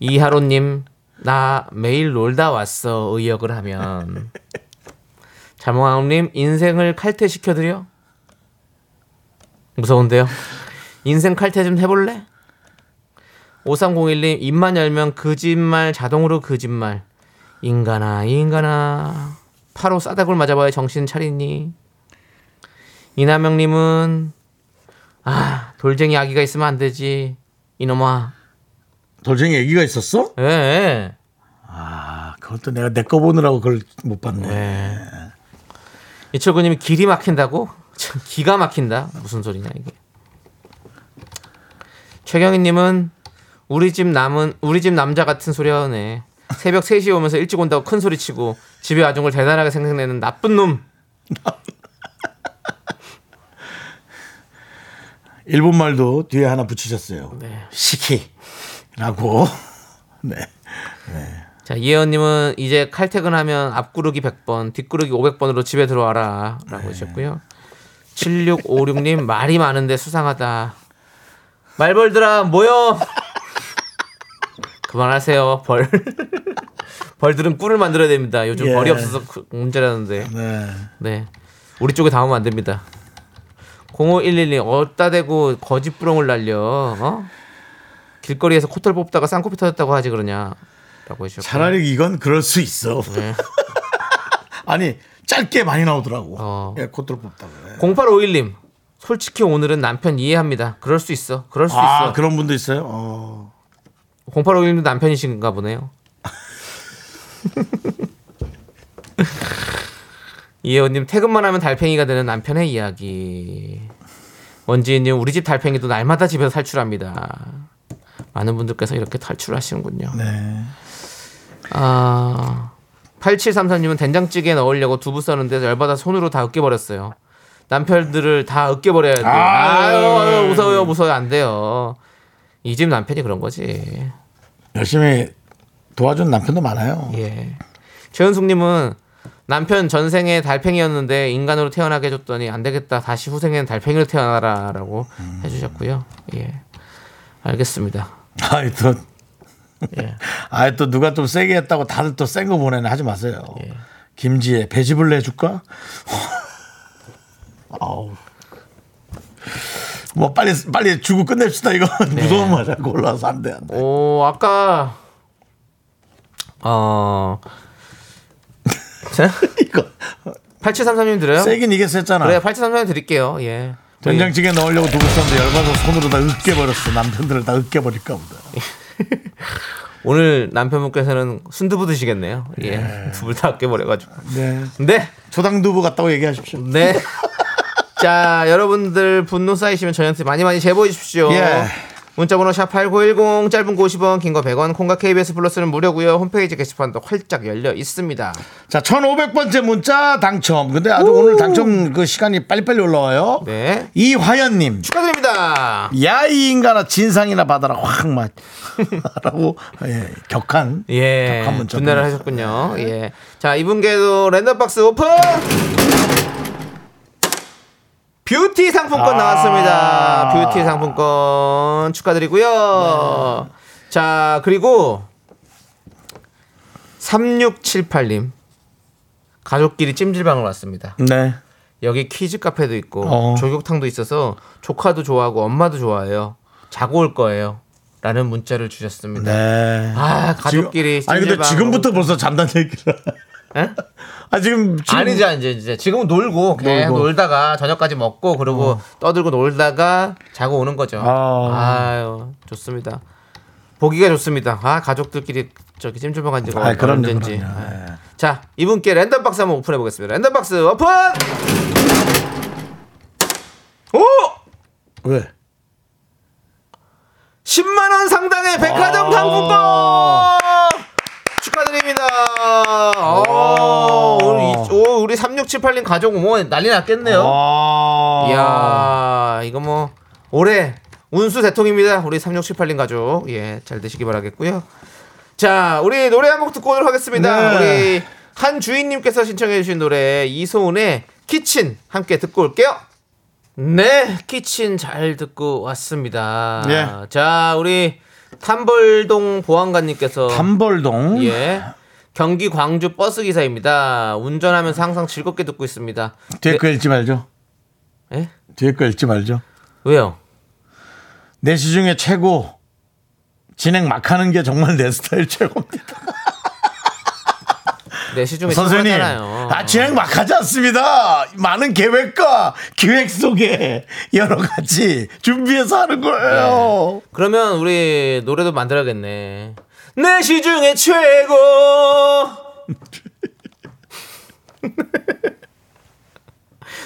Speaker 2: 이하로님 나 매일 놀다 왔어 의역을 하면 자몽아님 인생을 칼퇴 시켜드려 무서운데요. 인생 칼퇴 좀 해볼래? 5301님 입만 열면 거짓말 자동으로 거짓말 인간아 인간아 파로 싸다굴 맞아봐야 정신 차리니 이남영님은 아 돌쟁이 아기가 있으면 안 되지 이놈아
Speaker 1: 돌쟁이 얘기가 있었어?
Speaker 2: 예, 예.
Speaker 1: 아, 그것도 내가 내 거 보느라고 그걸 못 봤네.
Speaker 2: 이철구님이 길이 막힌다고? 참 기가 막힌다 무슨 소리냐 이게 최경희님은 우리 집 남은 우리 집 남자 같은 소리 하네 새벽 3시에 오면서 일찍 온다고 큰 소리 치고 집에 와준 걸 대단하게 생각내는 나쁜 놈
Speaker 1: 일본 말도 뒤에 하나 붙이셨어요. 시키라고. 네.
Speaker 2: 자, 이혜원님은 이제 칼퇴근하면 앞구르기 100번, 뒷구르기 500번으로 집에 들어와라.
Speaker 1: 네.
Speaker 2: 라고 하셨고요. 7656님, 말이 많은데 수상하다. 말벌들아, 모여! 그만하세요, 벌. 벌들은 꿀을 만들어야 됩니다. 요즘
Speaker 1: 예.
Speaker 2: 벌이 없어서 그- 문제라는데.
Speaker 1: 네.
Speaker 2: 네. 우리 쪽에 당하면 안 됩니다. 05112, 어따 대고 거짓부렁을 날려, 어? 길거리에서 코털 뽑다가 쌍코피 터졌다고 하지 그러냐. 라고 해주셨고.
Speaker 1: 차라리 이건 그럴 수 있어.
Speaker 2: 네,
Speaker 1: 아니, 짧게 많이 나오더라고.
Speaker 2: 어.
Speaker 1: 예, 코트를 뽑다가. 예.
Speaker 2: 0851님. 솔직히 오늘은 남편 이해합니다. 그럴 수 있어. 그럴 수
Speaker 1: 아,
Speaker 2: 있어.
Speaker 1: 그런 분도 있어요? 어.
Speaker 2: 0851님도 남편이신가 보네요. 이혜원님 퇴근만 하면 달팽이가 되는 남편의 이야기. 원지희님 우리 집 달팽이도 날마다 집에서 탈출합니다. 많은 분들께서 이렇게 탈출하시는군요.
Speaker 1: 네.
Speaker 2: 아 8733님은 된장찌개에 넣으려고 두부 써는데 열받아 손으로 다 으깨버렸어요. 남편들을 다 으깨버려야 돼요. 아유, 아유 무서워요 무서워요 안 돼요. 이 집 남편이 그런 거지.
Speaker 1: 열심히 도와준 남편도 많아요.
Speaker 2: 예. 최은숙님은 남편 전생에 달팽이였는데 인간으로 태어나게 해줬더니 안 되겠다. 다시 후생엔 달팽이로 태어나라라고 해주셨고요. 예. 알겠습니다.
Speaker 1: 아이 또
Speaker 2: 예.
Speaker 1: 아이 또 누가 좀 세게 했다고 다들 또 센 거 보내네 하지 마세요.
Speaker 2: 예.
Speaker 1: 김지혜 배집을 내줄까? 아우. 뭐 빨리 빨리 주고 끝냅시다 이거
Speaker 2: 네.
Speaker 1: 무서운 말이야 골라서 안 돼. 안 돼.
Speaker 2: 오 아까 어
Speaker 1: 이거
Speaker 2: 8733님 드려요?
Speaker 1: 세긴 이게 셌잖아.
Speaker 2: 그래 8733님 드릴게요. 예. 우리
Speaker 1: 된장찌개 넣으려고 두고 썼는데 열받아서 손으로 다 으깨버렸어. 남편들을 다 으깨버릴까 보다.
Speaker 2: 오늘 남편분께서는 순두부 드시겠네요. 예. 두부 다 아껴버려가지고.
Speaker 1: 네.
Speaker 2: 네.
Speaker 1: 초당두부 같다고 얘기하십시오.
Speaker 2: 네. 자, 여러분들 분노 쌓이시면 저희한테 많이 많이 제보해 주십시오.
Speaker 1: 예.
Speaker 2: 문자번호 샵8910 짧은 거 50원 긴 거 100원 콩과 KBS 플러스는 무료고요 홈페이지 게시판도 활짝 열려 있습니다
Speaker 1: 자, 1500번째 문자 당첨. 근데 아주 오늘 당첨 그 시간이 빨리빨리 올라와요.
Speaker 2: 네
Speaker 1: 이화연님.
Speaker 2: 축하드립니다
Speaker 1: 야이 인간아 진상이나 받아라 확 맞. 라고 예, 격한
Speaker 2: 예
Speaker 1: 격한 문자
Speaker 2: 분내를
Speaker 1: 보냈어요. 네.
Speaker 2: 하셨군요 예자 이분께도 랜덤박스 오픈 뷰티 상품권
Speaker 1: 아.
Speaker 2: 나왔습니다 뷰티 상품권 축하드리고요
Speaker 1: 네.
Speaker 2: 자 그리고 3678님 가족끼리 찜질방을 왔습니다
Speaker 1: 네.
Speaker 2: 여기 키즈 카페도 있고
Speaker 1: 어.
Speaker 2: 조격탕도 있어서 조카도 좋아하고 엄마도 좋아해요 자고 올 거예요 라는 문자를 주셨습니다
Speaker 1: 네.
Speaker 2: 아 가족끼리
Speaker 1: 지금- 아니 근데
Speaker 2: 찜질방
Speaker 1: 지금부터 벌써 잔단 얘기를.
Speaker 2: 예?
Speaker 1: 아 지금, 지금
Speaker 2: 아니죠 이제 이제 지금은 놀고 계속
Speaker 1: 놀고. 어.
Speaker 2: 놀다가 저녁까지 먹고 그러고 떠들고 놀다가 자고 오는 거죠
Speaker 1: 아.
Speaker 2: 아유 좋습니다 보기가 좋습니다 아 가족들끼리 저기 찜질방 간 지가
Speaker 1: 아, 그럼요,
Speaker 2: 언젠지
Speaker 1: 그럼요.
Speaker 2: 아.
Speaker 1: 예.
Speaker 2: 자 이분께 랜덤 박스 한번 오픈해 보겠습니다 랜덤 박스 오픈 오
Speaker 1: 왜?
Speaker 2: 10만 원 상당의 백화점
Speaker 1: 아.
Speaker 2: 상품권 축하드립니다. 어,
Speaker 1: 어.
Speaker 2: 오, 우리, 오, 우리 3678님 가족 뭐 난리 났겠네요.
Speaker 1: 아.
Speaker 2: 이야, 이거 뭐 올해 운수 대통입니다. 우리 3678님 가족. 예, 잘 되시기 바라겠고요. 자, 우리 노래 한 곡 듣고 오도록 하겠습니다.
Speaker 1: 네.
Speaker 2: 우리 한 주인님께서 신청해 주신 노래 이소은의 키친 함께 듣고 올게요. 네, 키친 잘 듣고 왔습니다.
Speaker 1: 예.
Speaker 2: 자, 우리 탐벌동 보안관님께서
Speaker 1: 담벌동.
Speaker 2: 예. 경기 광주 버스 기사입니다. 운전하면서 항상 즐겁게 듣고 있습니다.
Speaker 1: 뒤에 거 읽지 말죠.
Speaker 2: 예?
Speaker 1: 뒤에 거 읽지 말죠.
Speaker 2: 왜요?
Speaker 1: 내시 중에 최고 진행 막 하는 게 정말 내 스타일 최고입니다.
Speaker 2: 내 시중에
Speaker 1: 어, 선생님,
Speaker 2: 친구잖아요.
Speaker 1: 아 진행 막 하지 않습니다. 많은 계획과 기획 속에 여러 가지 준비해서 하는 거예요.
Speaker 2: 그러면 우리 노래도 만들어야겠네. 내 시중에 최고.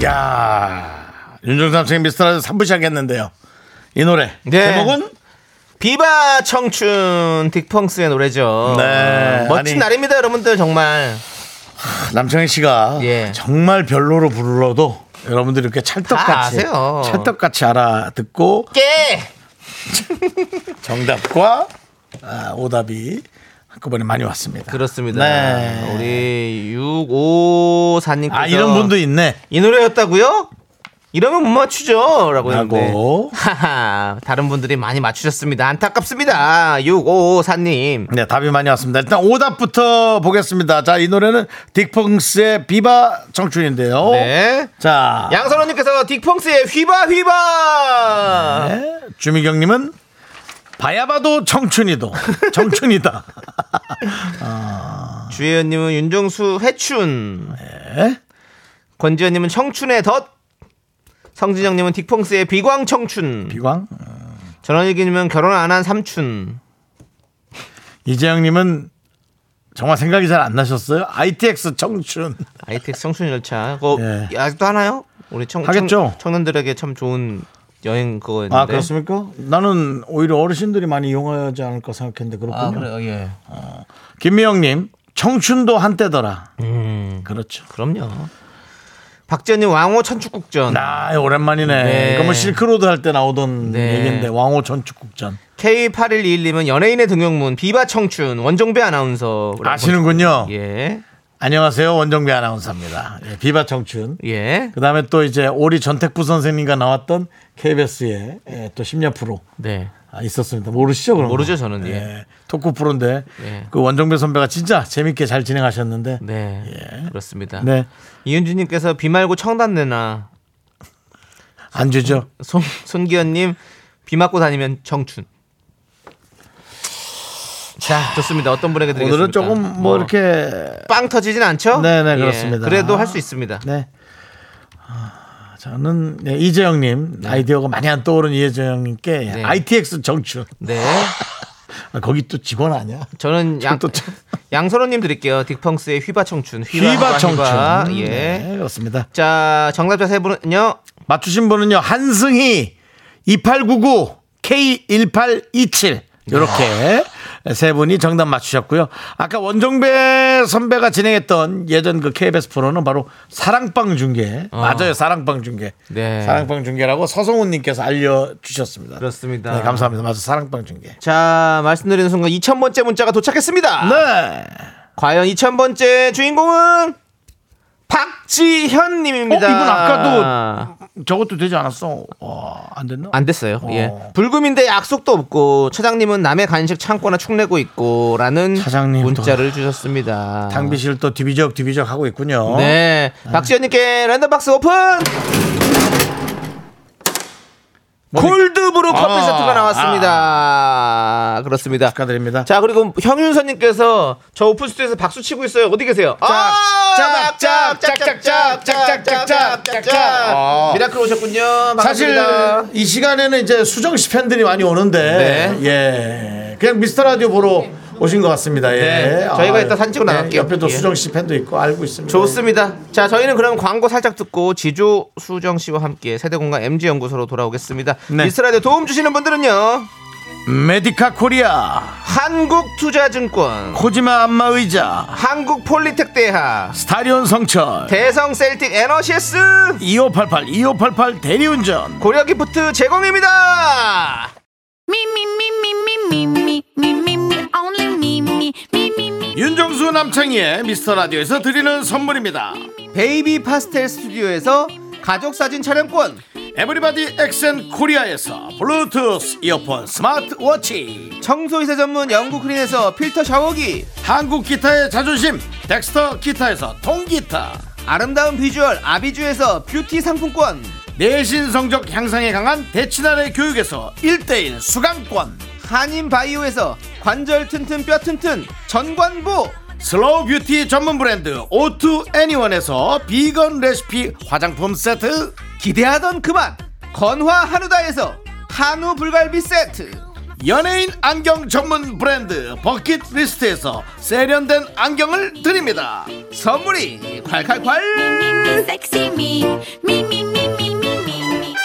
Speaker 1: 야 윤정수 남창의 미스터 라디오 3부 시작했는데요. 이 노래
Speaker 2: 네.
Speaker 1: 제목은
Speaker 2: 비바 청춘 딕펑스의 노래죠.
Speaker 1: 네,
Speaker 2: 멋진
Speaker 1: 아니.
Speaker 2: 날입니다, 여러분들 정말.
Speaker 1: 남창희 씨가
Speaker 2: 예.
Speaker 1: 정말 별로로 부르러도 여러분들이 이렇게
Speaker 2: 다
Speaker 1: 찰떡같이
Speaker 2: 아세요.
Speaker 1: 찰떡같이 알아듣고
Speaker 2: 깨!
Speaker 1: 정답과 아, 오답이 한꺼번에 많이 왔습니다.
Speaker 2: 그렇습니다.
Speaker 1: 네.
Speaker 2: 우리 654님께서
Speaker 1: 아 이런 분도 있네.
Speaker 2: 이 노래였다고요? 이러면 못 맞추죠? 라고 했는데
Speaker 1: 라고.
Speaker 2: 하하 다른 분들이 많이 맞추셨습니다 안타깝습니다 6554님
Speaker 1: 네, 답이 많이 왔습니다. 일단 오답부터 보겠습니다. 자, 이 노래는 딕펑스의 비바 청춘인데요.
Speaker 2: 네
Speaker 1: 자,
Speaker 2: 양선호님께서 딕펑스의 휘바 휘바
Speaker 1: 네, 주미경님은 바야바도 청춘이도 청춘이다.
Speaker 2: 주혜연님은 윤정수 해춘
Speaker 1: 네.
Speaker 2: 권지현님은 청춘의 덫 성진영님은 딕펑스의 비광 청춘
Speaker 1: 비광.
Speaker 2: 전원일기님은 결혼 안 한 삼춘
Speaker 1: 이재영님은 정말 생각이 잘 안 나셨어요? ITX 청춘.
Speaker 2: 아이텍스 청춘 열차 그거
Speaker 1: 예.
Speaker 2: 아직도 하나요? 우리 청,
Speaker 1: 하겠죠.
Speaker 2: 청, 청년들에게 참 좋은 여행 그거였는데
Speaker 1: 아 그렇습니까? 나는 오히려 어르신들이 많이 이용하지 않을까 생각했는데
Speaker 2: 아,
Speaker 1: 그렇군요.
Speaker 2: 그래요 예
Speaker 1: 김미영님 청춘도 한때더라.
Speaker 2: 음,
Speaker 1: 그렇죠.
Speaker 2: 그럼요 박지현님 왕호 천축국전
Speaker 1: 나 아, 오랜만이네.
Speaker 2: 네.
Speaker 1: 이거 뭐 실크로드 할 때 나오던
Speaker 2: 네.
Speaker 1: 얘기인데 왕호 전축국전
Speaker 2: K8121님은 연예인의 등용문 비바 청춘 원종배 아나운서
Speaker 1: 아시는군요.
Speaker 2: 예
Speaker 1: 안녕하세요. 원정비 아나운서입니다. 예, 비바 청춘.
Speaker 2: 예.
Speaker 1: 그 다음에 또 이제 오리 전택부 선생님과 나왔던 KBS의 예, 또 심야 프로
Speaker 2: 네.
Speaker 1: 아, 있었습니다. 모르시죠? 그런 거?
Speaker 2: 모르죠, 저는, 예.
Speaker 1: 토크 프로인데
Speaker 2: 예.
Speaker 1: 그 원정배 선배가 진짜 재밌게 잘 진행하셨는데
Speaker 2: 네. 그렇습니다.
Speaker 1: 네.
Speaker 2: 이은주님께서 비 말고 청단 내나.
Speaker 1: 안 주죠.
Speaker 2: 손, 손기현님, 비 맞고 다니면 청춘. 자, 좋습니다. 어. 어떤 분에게 드리겠습니까?
Speaker 1: 오늘은 조금 뭐, 이렇게
Speaker 2: 빵 터지진 않죠? 예,
Speaker 1: 네네, 그렇습니다.
Speaker 2: 그래도 할 수 있습니다.
Speaker 1: 네. 아, 저는 네, 이재영님 아이디어가 많이 안 떠오른 이재영님께
Speaker 2: 네.
Speaker 1: ITX 정춘
Speaker 2: 네.
Speaker 1: 아, 거기 또 직원 아니야?
Speaker 2: 저는 양,
Speaker 1: 또 참-
Speaker 2: 양선호님 드릴게요. 딕펑스의 휘바 청춘.
Speaker 1: 휘바 청춘.
Speaker 2: 휘바. 예.
Speaker 1: 네, 그렇습니다.
Speaker 2: 자, 정답자 세 분은요.
Speaker 1: 맞추신 분은요 한승희 2899 K1827 이렇게 세 분이 정답 맞추셨고요. 아까 원정배 선배가 진행했던 예전 그 KBS 프로는 바로 사랑방 중계 맞아요 사랑방 중계
Speaker 2: 어. 네.
Speaker 1: 사랑방 중계라고 서성훈님께서 알려주셨습니다.
Speaker 2: 그렇습니다.
Speaker 1: 네, 감사합니다. 맞아 사랑방 중계.
Speaker 2: 자, 말씀드리는 순간 2000번째 문자가 도착했습니다.
Speaker 1: 네.
Speaker 2: 과연 2000번째 주인공은 박지현 님입니다.
Speaker 1: 어, 이분 아까도- 저것도 되지 않았어. 와, 안 됐나?
Speaker 2: 안 됐어요.
Speaker 1: 어.
Speaker 2: 예. 불금인데 약속도 없고 차장님은 남의 간식 창고나 축내고 있고라는
Speaker 1: 차장님도-
Speaker 2: 문자를 주셨습니다.
Speaker 1: 당비실 어? 또 뒤비적 뒤비적 하고 있군요.
Speaker 2: 네. 박지현 님께 랜덤 박스 오픈. 골드브루 커피
Speaker 1: 아,
Speaker 2: 세트가 나왔습니다. 그렇습니다.
Speaker 1: 축하드립니다.
Speaker 2: 자 그리고 형윤서님께서 저 오픈 스튜디오에서 박수 치고 있어요. 어디 계세요? 아,
Speaker 1: 짝, 짝, 짝, 짝, 짝, 짝, 짝, 짝, 짝, 짝. 아.
Speaker 2: 미라클 오셨군요.
Speaker 1: 사실
Speaker 2: 반갑습니다.
Speaker 1: 이 시간에는 이제 수정 씨 팬들이 많이 오는데
Speaker 2: 네.
Speaker 1: 예 그냥 미스터 라디오 보러 오신 것 같습니다. 예.
Speaker 2: 네, 저희가 이따 사진 찍고 나갈게요.
Speaker 1: 옆에 또
Speaker 2: 예.
Speaker 1: 수정 씨 팬도 있고 알고 있습니다.
Speaker 2: 좋습니다. 자 저희는 그럼 광고 살짝 듣고 지조 수정 씨와 함께 세대공간 MG 연구소로 돌아오겠습니다.
Speaker 1: 네.
Speaker 2: 미스라디오 도움 주시는 분들은요.
Speaker 1: 메디카 코리아
Speaker 2: 한국투자증권,
Speaker 1: 코지마 안마 의자
Speaker 2: 한국폴리텍대학,
Speaker 1: 스타리온 성철
Speaker 2: 대성셀틱 에너시스,
Speaker 1: 2588 2588 대리운전
Speaker 2: 고려기프트 제공입니다.
Speaker 3: Me, me, me, me, me, me, me, me, me, me, only me, me, me, me, me.
Speaker 1: 윤정수 남창희의 미스터 라디오에서 드리는 선물입니다.
Speaker 2: 베이비 파스텔 스튜디오에서 가족 사진 촬영권,
Speaker 1: 에브리바디 엑센 코리아에서 블루투스 이어폰 스마트워치
Speaker 2: 청소이사 전문 영국 크린에서 필터 샤워기,
Speaker 1: 한국 기타의 자존심 덱스터 기타에서 통기타
Speaker 2: 아름다운 비주얼 아비주에서 뷰티 상품권,
Speaker 1: 내신 성적 향상에 강한 대치나래 교육에서 1대1 수강권
Speaker 2: 한인 바이오에서 관절 튼튼 뼈 튼튼 전관보,
Speaker 1: 슬로우 뷰티 전문 브랜드 오투 애니원에서 비건 레시피 화장품 세트
Speaker 2: 기대하던 그만 건화 한우다에서 한우 불갈비 세트.
Speaker 1: 연예인 안경 전문 브랜드 버킷리스트에서 세련된 안경을 드립니다
Speaker 2: 선물이 콸콸콸
Speaker 3: Sexy me, me, me, me, me, me, me, me.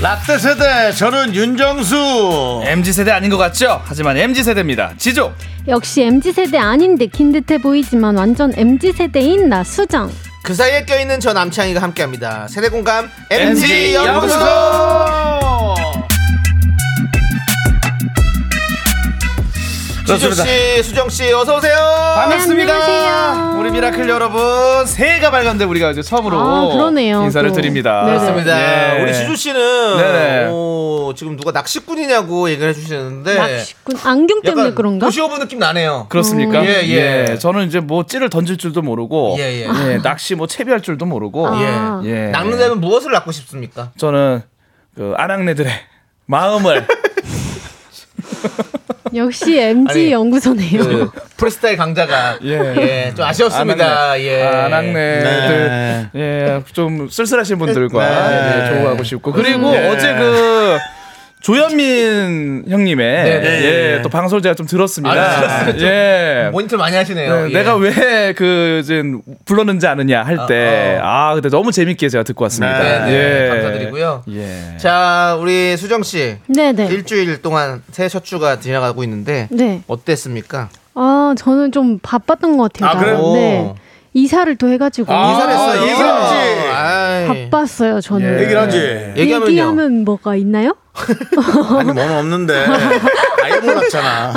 Speaker 1: 라떼 세대 저는 윤정수
Speaker 4: MZ 세대 아닌 것 같죠? 하지만 MZ 세대입니다. 지조.
Speaker 5: 역시 MZ 세대 아닌 듯긴 듯해 보이지만 완전 MZ 세대인 나 수정. 네,
Speaker 2: 그 사이에 껴있는 저 남창희가 함께합니다 세대공감
Speaker 1: MG
Speaker 2: MG연구소
Speaker 1: 그렇습니다.
Speaker 2: 지조씨 수정씨 어서오세요
Speaker 5: 안녕하세요.
Speaker 4: 우리 미라클 여러분 새해가 밝았는데 우리가 이제 처음으로
Speaker 5: 아, 그러네요.
Speaker 4: 인사를
Speaker 5: 또.
Speaker 4: 드립니다.
Speaker 5: 네네.
Speaker 1: 아,
Speaker 2: 반갑습니다
Speaker 4: 예.
Speaker 2: 우리
Speaker 4: 네네.
Speaker 2: 지조씨는 오, 지금 누가 낚시꾼이냐고 얘기를
Speaker 1: 예.
Speaker 2: 해주시는데
Speaker 5: 낚시꾼 안경 때문에
Speaker 2: 약간
Speaker 5: 그런가?
Speaker 2: 도시오브 느낌 나네요
Speaker 4: 그렇습니까?
Speaker 1: 음.
Speaker 2: 예, 예.
Speaker 4: 저는 이제 뭐 찌를 던질 줄도 모르고
Speaker 2: 예, 예.
Speaker 4: 예, 낚시 뭐 채비할 줄도 모르고
Speaker 5: 아.
Speaker 4: 예. 예.
Speaker 2: 낚는다면 무엇을 낚고 싶습니까?
Speaker 4: 저는 그 아낙네들의 마음을
Speaker 1: 예.
Speaker 5: 역시 MG
Speaker 2: 아니,
Speaker 5: 연구소네요.
Speaker 2: 그 프리스타일 강자가
Speaker 4: 예.
Speaker 2: 예, 좀 아쉬웠습니다
Speaker 4: 아낙네,
Speaker 2: 예.
Speaker 4: 아낙네들 예, 좀 쓸쓸하신 분들과
Speaker 1: 네.
Speaker 4: 예, 조우하고 싶고 그리고
Speaker 1: 네.
Speaker 4: 어제 그 조현민 형님의
Speaker 2: 네.
Speaker 4: 예, 또 방송을 제가 좀 들었습니다.
Speaker 2: 아, 들었어요?
Speaker 4: 예.
Speaker 2: 모니터를 많이 하시네요
Speaker 4: 네,
Speaker 2: 예.
Speaker 4: 내가 왜 그 이제 불렀는지 아느냐 할 때 아 근데 너무 재밌게 제가 듣고 왔습니다.
Speaker 2: 어. 네, 네.
Speaker 4: 예.
Speaker 2: 감사드리고요.
Speaker 4: 예.
Speaker 2: 자, 우리 수정 씨.
Speaker 5: 네네.
Speaker 2: 일주일 동안 새해 첫 주가 지나가고 있는데
Speaker 5: 네.
Speaker 2: 어땠습니까?
Speaker 5: 아 저는 좀 바빴던 것 같아요.
Speaker 1: 아, 그래요?
Speaker 5: 나는. 네. 이사를 또 해가지고. 네.
Speaker 1: 아, 이사를 했어요?
Speaker 2: 아,
Speaker 1: 이사를 했지. 예.
Speaker 2: 아, 에이.
Speaker 5: 바빴어요 저는. 네.
Speaker 1: 얘기를
Speaker 4: 예.
Speaker 1: 하지.
Speaker 2: 얘기하면요.
Speaker 5: 얘기하면 뭐가 있나요?
Speaker 1: 아니 뭐는 없는데 아예 몰랐잖아.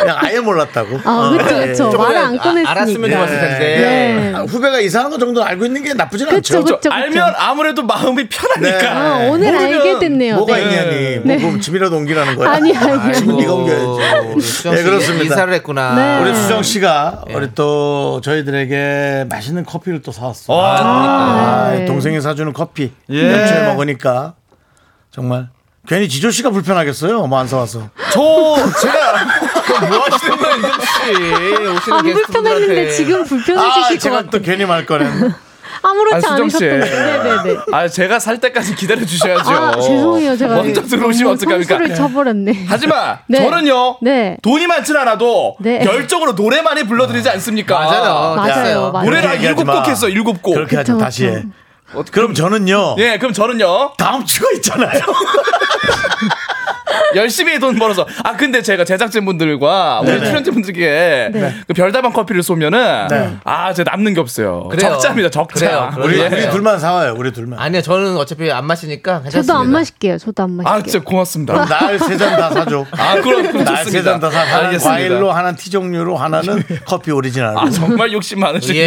Speaker 1: 그냥 아예 몰랐다고.
Speaker 5: 아, 그쵸,
Speaker 1: 예.
Speaker 5: 그쵸. 말을 안
Speaker 2: 아,
Speaker 5: 꺼냈으니까.
Speaker 4: 예.
Speaker 2: 알았으면 좋았을 텐데.
Speaker 5: 네.
Speaker 1: 아, 후배가 이사하는 거 정도 알고 있는 게 나쁘진
Speaker 5: 그쵸,
Speaker 1: 않죠.
Speaker 5: 그쵸, 그쵸.
Speaker 4: 알면 아무래도 마음이
Speaker 2: 네.
Speaker 4: 편하니까.
Speaker 5: 아, 오늘
Speaker 4: 모르면
Speaker 5: 알게 됐네요.
Speaker 1: 예. 뭐가
Speaker 5: 네.
Speaker 1: 있냐니. 뭐 그럼 집이라도 옮기라는 거야.
Speaker 5: 아니, 아니, 아니.
Speaker 1: 집은 네가
Speaker 4: 어.
Speaker 2: 우리
Speaker 1: 옮겨야지.
Speaker 2: 수정
Speaker 1: 예,
Speaker 2: 씨
Speaker 1: 그렇습니다.
Speaker 2: 이사를 했구나.
Speaker 5: 네.
Speaker 1: 우리 수정
Speaker 4: 예.
Speaker 1: 씨가 우리 또 저희들에게 맛있는 커피를 또 사왔어.
Speaker 4: 어,
Speaker 1: 아,
Speaker 5: 네.
Speaker 1: 동생이 사주는 커피
Speaker 4: 예.
Speaker 1: 연초에 먹으니까 정말 괜히 지조 씨가 불편하겠어요. 뭐 안 사와서.
Speaker 4: 저 제가
Speaker 2: 네. 뭐 하시는 거야, 이정 씨. 오시는
Speaker 5: 안 아, 불편했는데
Speaker 2: 게스트분들한테.
Speaker 5: 지금
Speaker 1: 아,
Speaker 5: 불편해지실 것
Speaker 1: 제가
Speaker 5: 같아요.
Speaker 1: 또 괜히 말 거는.
Speaker 5: 아무렇지
Speaker 4: 아, 수정 씨.
Speaker 5: 않으셨던 거예요. 네네네.
Speaker 4: 아 제가 살 때까지 기다려 주셔야죠.
Speaker 5: 아, 죄송해요. 제가 그
Speaker 4: 먼저 들어오시면 어떡합니까?
Speaker 5: 선수를 쳐버렸네.
Speaker 4: 하지만
Speaker 5: 네.
Speaker 4: 저는요.
Speaker 5: 네.
Speaker 4: 돈이 많진 않아도
Speaker 5: 네.
Speaker 4: 열정으로 노래 많이 불러드리지 않습니까?
Speaker 2: 맞아요.
Speaker 5: 맞아요,
Speaker 2: 됐어요.
Speaker 5: 맞아요.
Speaker 4: 노래를 한
Speaker 1: 그렇게
Speaker 4: 일곱
Speaker 1: 얘기하지
Speaker 4: 곡
Speaker 1: 마.
Speaker 4: 했어, 일곱 곡.
Speaker 1: 그렇게 하죠.
Speaker 5: 그쵸,
Speaker 1: 다시 해.
Speaker 5: 그쵸.
Speaker 1: 그럼 저는요.
Speaker 4: 예, 그럼 저는요.
Speaker 1: 다음 주가 있잖아요.
Speaker 4: 열심히 돈 벌어서. 아, 근데 제가 제작진분들과 우리
Speaker 1: 네네.
Speaker 4: 출연진분들께 그 별다방 커피를 쏘면은
Speaker 1: 네.
Speaker 4: 아, 제가 남는 게 없어요.
Speaker 2: 그래요.
Speaker 4: 적자입니다, 적자.
Speaker 2: 그래요, 예. 그래요.
Speaker 4: 예.
Speaker 1: 우리,
Speaker 2: 그래요.
Speaker 1: 우리 둘만 사와요. 우리 둘만.
Speaker 2: 아니요, 저는 어차피 안 마시니까. 괜찮습니다.
Speaker 5: 저도 안 마실게요. 저도 안
Speaker 4: 아,
Speaker 5: 마실게요.
Speaker 4: 진짜 고맙습니다.
Speaker 2: 예.
Speaker 1: 그럼 날 세 잔 다 사줘.
Speaker 4: 아, 그럼 그럼
Speaker 1: 날 세 잔
Speaker 4: 좋습니다.
Speaker 1: 다 사. 하나는
Speaker 4: 알겠습니다.
Speaker 1: 과일로, 하나는 티 종류로, 하나는 커피 오리지널로.
Speaker 4: 아, 정말 욕심 많으십니다.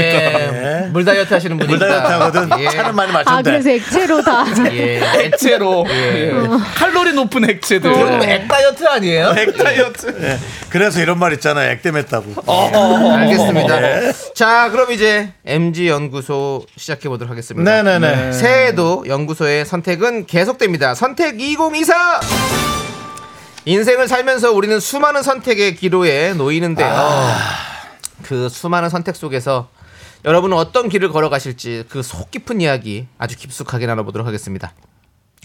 Speaker 2: 예. 물 다이어트 하시는 분이
Speaker 1: 물 다이어트 하거든.
Speaker 2: 예.
Speaker 1: 차는 뭐 많이
Speaker 5: 아,
Speaker 4: 네.
Speaker 1: 마신대.
Speaker 5: 그래서 액체로 다.
Speaker 2: 예.
Speaker 4: 액체로. 예. 칼로리 높은 액체들.
Speaker 2: 그럼 액 어. 다이어트 아니에요?
Speaker 1: 액 다이어트. 예. 그래서 이런 말 있잖아요. 액땜했다고. 예.
Speaker 2: 알겠습니다. 자, 그럼 이제 MG 연구소 시작해 보도록 하겠습니다.
Speaker 1: 네네네.
Speaker 2: 새해에도 연구소의 선택은 계속됩니다. 선택 2024! 인생을 살면서 우리는 수많은 선택의 기로에 놓이는데요.
Speaker 1: 아.
Speaker 2: 그 수많은 선택 속에서 여러분은 어떤 길을 걸어가실지 그 속 깊은 이야기 아주 깊숙하게 나눠보도록 하겠습니다.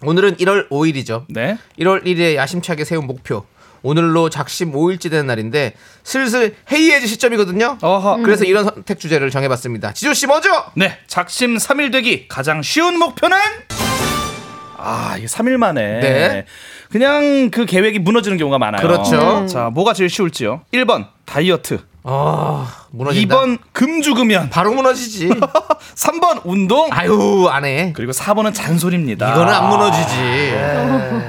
Speaker 2: 오늘은 1월 5일이죠.
Speaker 4: 네.
Speaker 2: 1월 1일에 야심차게 세운 목표. 오늘로 작심 5일째 되는 날인데 슬슬 해이해질 시점이거든요.
Speaker 4: 어허.
Speaker 2: 그래서 이런 선택 주제를 정해봤습니다. 지조 씨 먼저.
Speaker 4: 네, 작심 3일 되기 가장 쉬운 목표는 아, 이게 3일 만에
Speaker 2: 네.
Speaker 4: 그냥 그 계획이 무너지는 경우가 많아요.
Speaker 2: 그렇죠. 네.
Speaker 4: 자, 뭐가 제일 쉬울지요? 1번 다이어트,
Speaker 2: 아 무너진다.
Speaker 4: 2번 금주금연,
Speaker 2: 바로 무너지지.
Speaker 4: 3번 운동,
Speaker 2: 아유 안 해.
Speaker 4: 그리고 4번은 잔소리입니다.
Speaker 2: 이거는 안 무너지지.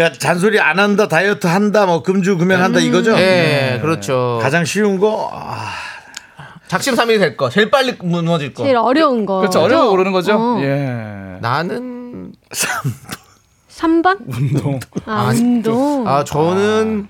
Speaker 1: 야, 잔소리 안 한다, 다이어트 한다, 뭐 금주 금연한다 이거죠?
Speaker 2: 예, 그렇죠.
Speaker 1: 가장 쉬운 거 아,
Speaker 2: 작심 3일이 될 거. 제일 빨리 무너질 거.
Speaker 5: 제일 어려운 거.
Speaker 4: 그렇죠. 어려워 오르는 거죠.
Speaker 5: 어.
Speaker 4: 예.
Speaker 2: 나는
Speaker 5: 3번?
Speaker 4: 운동.
Speaker 5: 아, 운동.
Speaker 2: 아 저는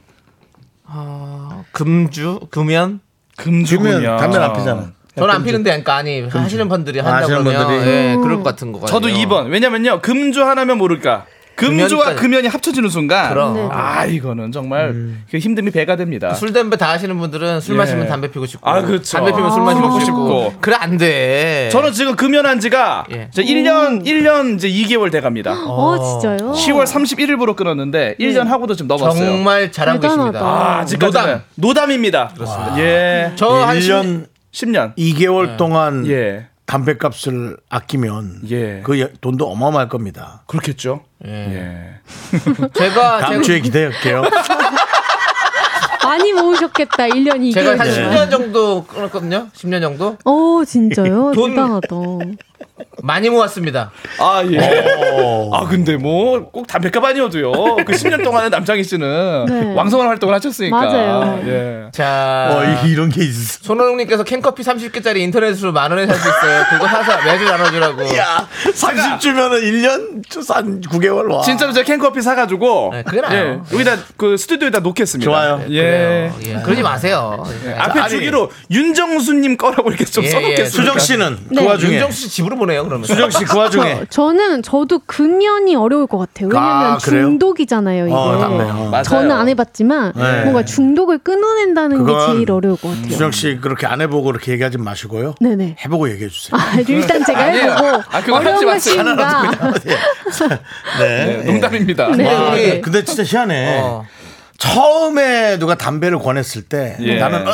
Speaker 2: 아, 금주 금연.
Speaker 4: 금주금연.
Speaker 1: 주면 담배 안 피잖아.
Speaker 2: 저는 안 피는데 그러니까 아니 하시는 분들이 한다
Speaker 1: 하시는
Speaker 2: 그러면
Speaker 1: 분들이.
Speaker 2: 예, 그럴 것 같은 거 같아요.
Speaker 4: 저도 2번. 왜냐면요. 금주 하나면 모를까? 금주와
Speaker 2: 금연까지.
Speaker 4: 금연이 합쳐지는 순간
Speaker 2: 그럼. 네.
Speaker 4: 아, 이거는 정말 그 힘듦이 배가 됩니다.
Speaker 2: 아. 술 담배 다 하시는 분들은 술
Speaker 4: 예.
Speaker 2: 마시면 담배 피고 싶고
Speaker 4: 아, 그렇죠.
Speaker 2: 담배 피면 술 마시고
Speaker 4: 먹고
Speaker 2: 싶고
Speaker 4: 싶고.
Speaker 2: 그래 안돼
Speaker 4: 저는 지금 금연한 지가
Speaker 2: 예.
Speaker 4: 이제 1년, 1년 이제 2개월 돼 갑니다.
Speaker 5: 어, 진짜요?
Speaker 4: 10월 31일부로 끊었는데 1년 하고도 좀 넘었어요.
Speaker 2: 정말 잘하고
Speaker 5: 대단하다.
Speaker 2: 계십니다
Speaker 4: 아, 아직까지는 음. 노담. 입니다 예.
Speaker 2: 저 한
Speaker 1: 1년
Speaker 4: 10년.
Speaker 1: 2개월 동안
Speaker 4: 예.
Speaker 1: 담배값을 아끼면
Speaker 4: 예.
Speaker 1: 그 여- 돈도 어마어마할 겁니다.
Speaker 4: 그렇겠죠.
Speaker 2: 예.
Speaker 4: 예.
Speaker 2: 아, 제가
Speaker 1: 다음
Speaker 2: 제가,
Speaker 1: 주에 기대할게요.
Speaker 5: 많이 모으셨겠다. 1년 2개월.
Speaker 2: 제가 한 10년 정도 끊었거든요 10년 정도
Speaker 5: 오, 어, 진짜요?
Speaker 2: 돈-
Speaker 5: 대단하다.
Speaker 2: 많이 모았습니다
Speaker 4: 아, 예.
Speaker 1: 어.
Speaker 4: 아, 근데 뭐 꼭 담배값 아니어도요. 그 10년 동안에 남창희 씨는
Speaker 5: 네.
Speaker 4: 왕성한 활동을 하셨으니까.
Speaker 5: 맞아요.
Speaker 4: 예.
Speaker 2: 자
Speaker 1: 어, 이- 이런 게 있어.
Speaker 2: 손호농님께서 캔커피 30개짜리 인터넷으로 만 원에 살 수 있어요 그거 사서 매주 나눠주라고
Speaker 1: 야, 30주면은 1년 한 9개월 와.
Speaker 4: 진짜로 제가 캔커피 사가지고
Speaker 2: 네, 그게 나아요.
Speaker 4: 예, 여기다 그 스튜디오에다 놓겠습니다.
Speaker 1: 좋아요.
Speaker 4: 예.
Speaker 2: 그래요. 예. 그러지 마세요
Speaker 4: 앞에
Speaker 1: 아니.
Speaker 4: 주기로 윤정수님 거라고 이렇게 좀
Speaker 2: 예, 예.
Speaker 4: 써놓겠습니다.
Speaker 1: 수정 씨는
Speaker 5: 네.
Speaker 1: 그 와중에
Speaker 2: 윤정수 씨 집으로 보내요 그러면
Speaker 1: 수정 씨 그 와중에
Speaker 5: 저, 저는 저도 금연이 어려울 것 같아요. 왜냐면
Speaker 1: 아, 그래요?
Speaker 5: 중독이잖아요, 이게.
Speaker 1: 어, 담배. 어.
Speaker 4: 맞아요.
Speaker 5: 저는 안 해봤지만
Speaker 1: 네.
Speaker 5: 뭔가 중독을 끊어낸다는 게
Speaker 1: 그건
Speaker 5: 제일 어려울 것 같아요.
Speaker 1: 수정 씨 그렇게 안 해보고 그렇게 얘기하지 마시고요.
Speaker 5: 네네.
Speaker 1: 해보고 얘기해 주세요.
Speaker 5: 아, 일단 제가
Speaker 4: 아니에요.
Speaker 5: 해보고
Speaker 4: 아, 그거 하지
Speaker 5: 어려운
Speaker 4: 마세요.
Speaker 5: 것인가.
Speaker 4: 네, 농담입니다.
Speaker 5: 네.
Speaker 1: 아,
Speaker 2: 우리-
Speaker 1: 근데- 근데 진짜 희한해.
Speaker 2: 어.
Speaker 1: 처음에 누가 담배를 권했을 때
Speaker 4: 예.
Speaker 1: 나는 어,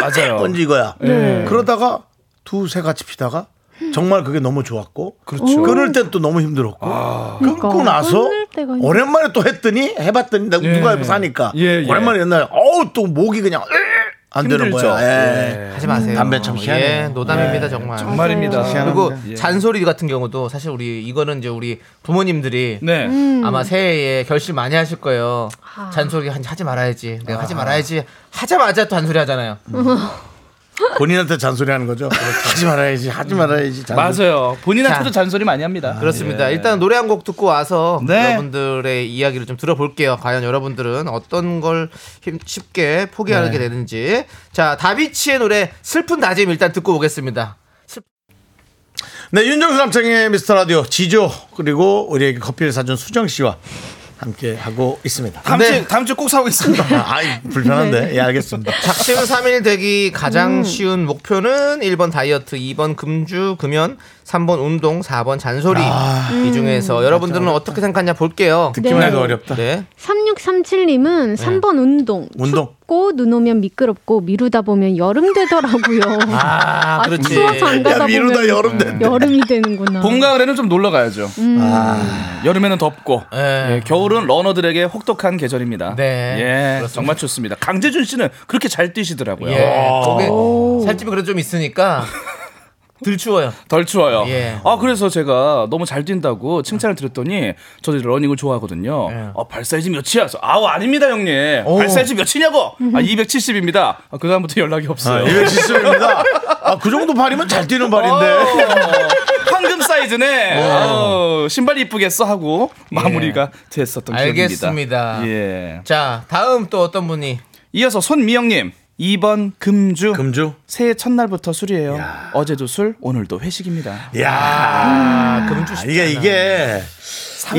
Speaker 4: 맞아요. 예.
Speaker 1: 건지 이거야.
Speaker 5: 네.
Speaker 1: 그러다가 두세 같이 피다가 정말 그게 너무 좋았고 음.
Speaker 4: 그렇죠. 아.
Speaker 1: 끊을 땐 또 너무 힘들었고 끊고
Speaker 5: 그러니까,
Speaker 1: 나서
Speaker 5: 끊을 때가 힘들어.
Speaker 1: 오랜만에 또 했더니 해봤더니 나- 누가 사니까
Speaker 4: 예, 예.
Speaker 1: 오랜만에 옛날에 어우 또 목이 그냥 안 되는
Speaker 4: 힘들죠.
Speaker 1: 거야. 예.
Speaker 2: 하지 마세요.
Speaker 1: 담배 참 희한해요.
Speaker 2: 예, 노담입니다 정말.
Speaker 4: 네.
Speaker 5: 네.
Speaker 4: 정말입니다.
Speaker 2: 아, 그리고
Speaker 4: 예.
Speaker 2: 잔소리 같은 경우도 사실 우리 이거는 이제 우리 부모님들이
Speaker 4: 네.
Speaker 5: 음.
Speaker 2: 아마 새해에 결심 많이 하실 거예요. 잔소리 한- 하지 말아야지. 내가 하지 말아야지. 하자마자 또 잔소리 하잖아요.
Speaker 4: 음.
Speaker 1: 본인한테 잔소리하는 거죠.
Speaker 4: 그렇죠.
Speaker 1: 하지 말아야지, 하지 말아야지. 잔소리.
Speaker 4: 맞아요. 본인한테도
Speaker 2: 자.
Speaker 4: 잔소리 많이 합니다.
Speaker 2: 그렇습니다. 일단 노래 한 곡 듣고 와서
Speaker 4: 예. 네.
Speaker 2: 여러분들의 이야기를 좀 들어볼게요. 과연 여러분들은 어떤 걸 힘- 쉽게 포기하게
Speaker 4: 네.
Speaker 2: 되는지. 자, 다비치의 노래 슬픈 다짐 일단 듣고 오겠습니다.
Speaker 1: 네, 윤정수 남창의 미스터 라디오 지조 그리고 우리에게 커피를 사준 수정 씨와 함께 하고 있습니다.
Speaker 4: 다음
Speaker 2: 네.
Speaker 4: 주 다음 주 꼭 사고 있습니다.
Speaker 1: 아, 아이, 불편한데. 예, 알겠습니다.
Speaker 2: 작심 삼일 되기 가장
Speaker 1: 음.
Speaker 2: 쉬운 목표는 1번 다이어트, 2번 금주, 금연, 3번 운동, 4번 잔소리.
Speaker 1: 아,
Speaker 2: 이 중에서
Speaker 1: 음.
Speaker 2: 여러분들은 어떻게 생각하냐 볼게요.
Speaker 1: 듣기만
Speaker 5: 네.
Speaker 1: 해도 어렵다.
Speaker 2: 네.
Speaker 4: 네.
Speaker 5: 3637님은 3번 운동.
Speaker 1: 운동.
Speaker 5: 춥고 눈 오면 미끄럽고 미루다 보면 여름 되더라고요.
Speaker 2: 아,
Speaker 5: 아,
Speaker 2: 그렇지.
Speaker 5: 추워서 안 가다
Speaker 1: 야, 미루다
Speaker 5: 보면
Speaker 1: 여름 됐네.
Speaker 5: 여름이 되는구나.
Speaker 4: 봄 가을에는 좀 놀러 가야죠.
Speaker 5: 음.
Speaker 4: 여름에는 덥고
Speaker 2: 예.
Speaker 4: 예, 겨울은 러너들에게 혹독한 계절입니다.
Speaker 2: 네.
Speaker 4: 예,
Speaker 2: 그렇습니다.
Speaker 4: 정말 좋습니다. 강재준 씨는 그렇게 잘 뛰시더라고요.
Speaker 2: 예. 거기 살집이 그래도 좀 있으니까 들 추워요.
Speaker 4: 덜 추워요.
Speaker 2: 예.
Speaker 4: 아 그래서 제가 너무 잘 뛴다고 칭찬을 드렸더니 저도 러닝을 좋아하거든요.
Speaker 2: 예.
Speaker 4: 아, 발 사이즈 몇이야? 그래서 아우 아닙니다 형님.
Speaker 2: 오.
Speaker 4: 발 사이즈 몇이냐고? 아 270입니다. 아, 그 다음부터 연락이
Speaker 1: 아,
Speaker 4: 없어요.
Speaker 1: 이게 지수입니다. 아, 그 정도 발이면 잘 뛰는 발인데.
Speaker 4: 어, 황금 사이즈네. 어, 신발 이쁘겠어 하고 마무리가 됐었던 기억입니다.
Speaker 2: 예. 알겠습니다.
Speaker 4: 예.
Speaker 2: 자, 다음 또 어떤 분이
Speaker 4: 이어서 손미영님 2번 금주.
Speaker 1: 금주.
Speaker 4: 새해 첫날부터 술이에요. 어제도 술, 오늘도 회식입니다. 아.
Speaker 1: 야,
Speaker 2: 금주 쉽지
Speaker 1: 이게
Speaker 2: 않아.
Speaker 1: 이게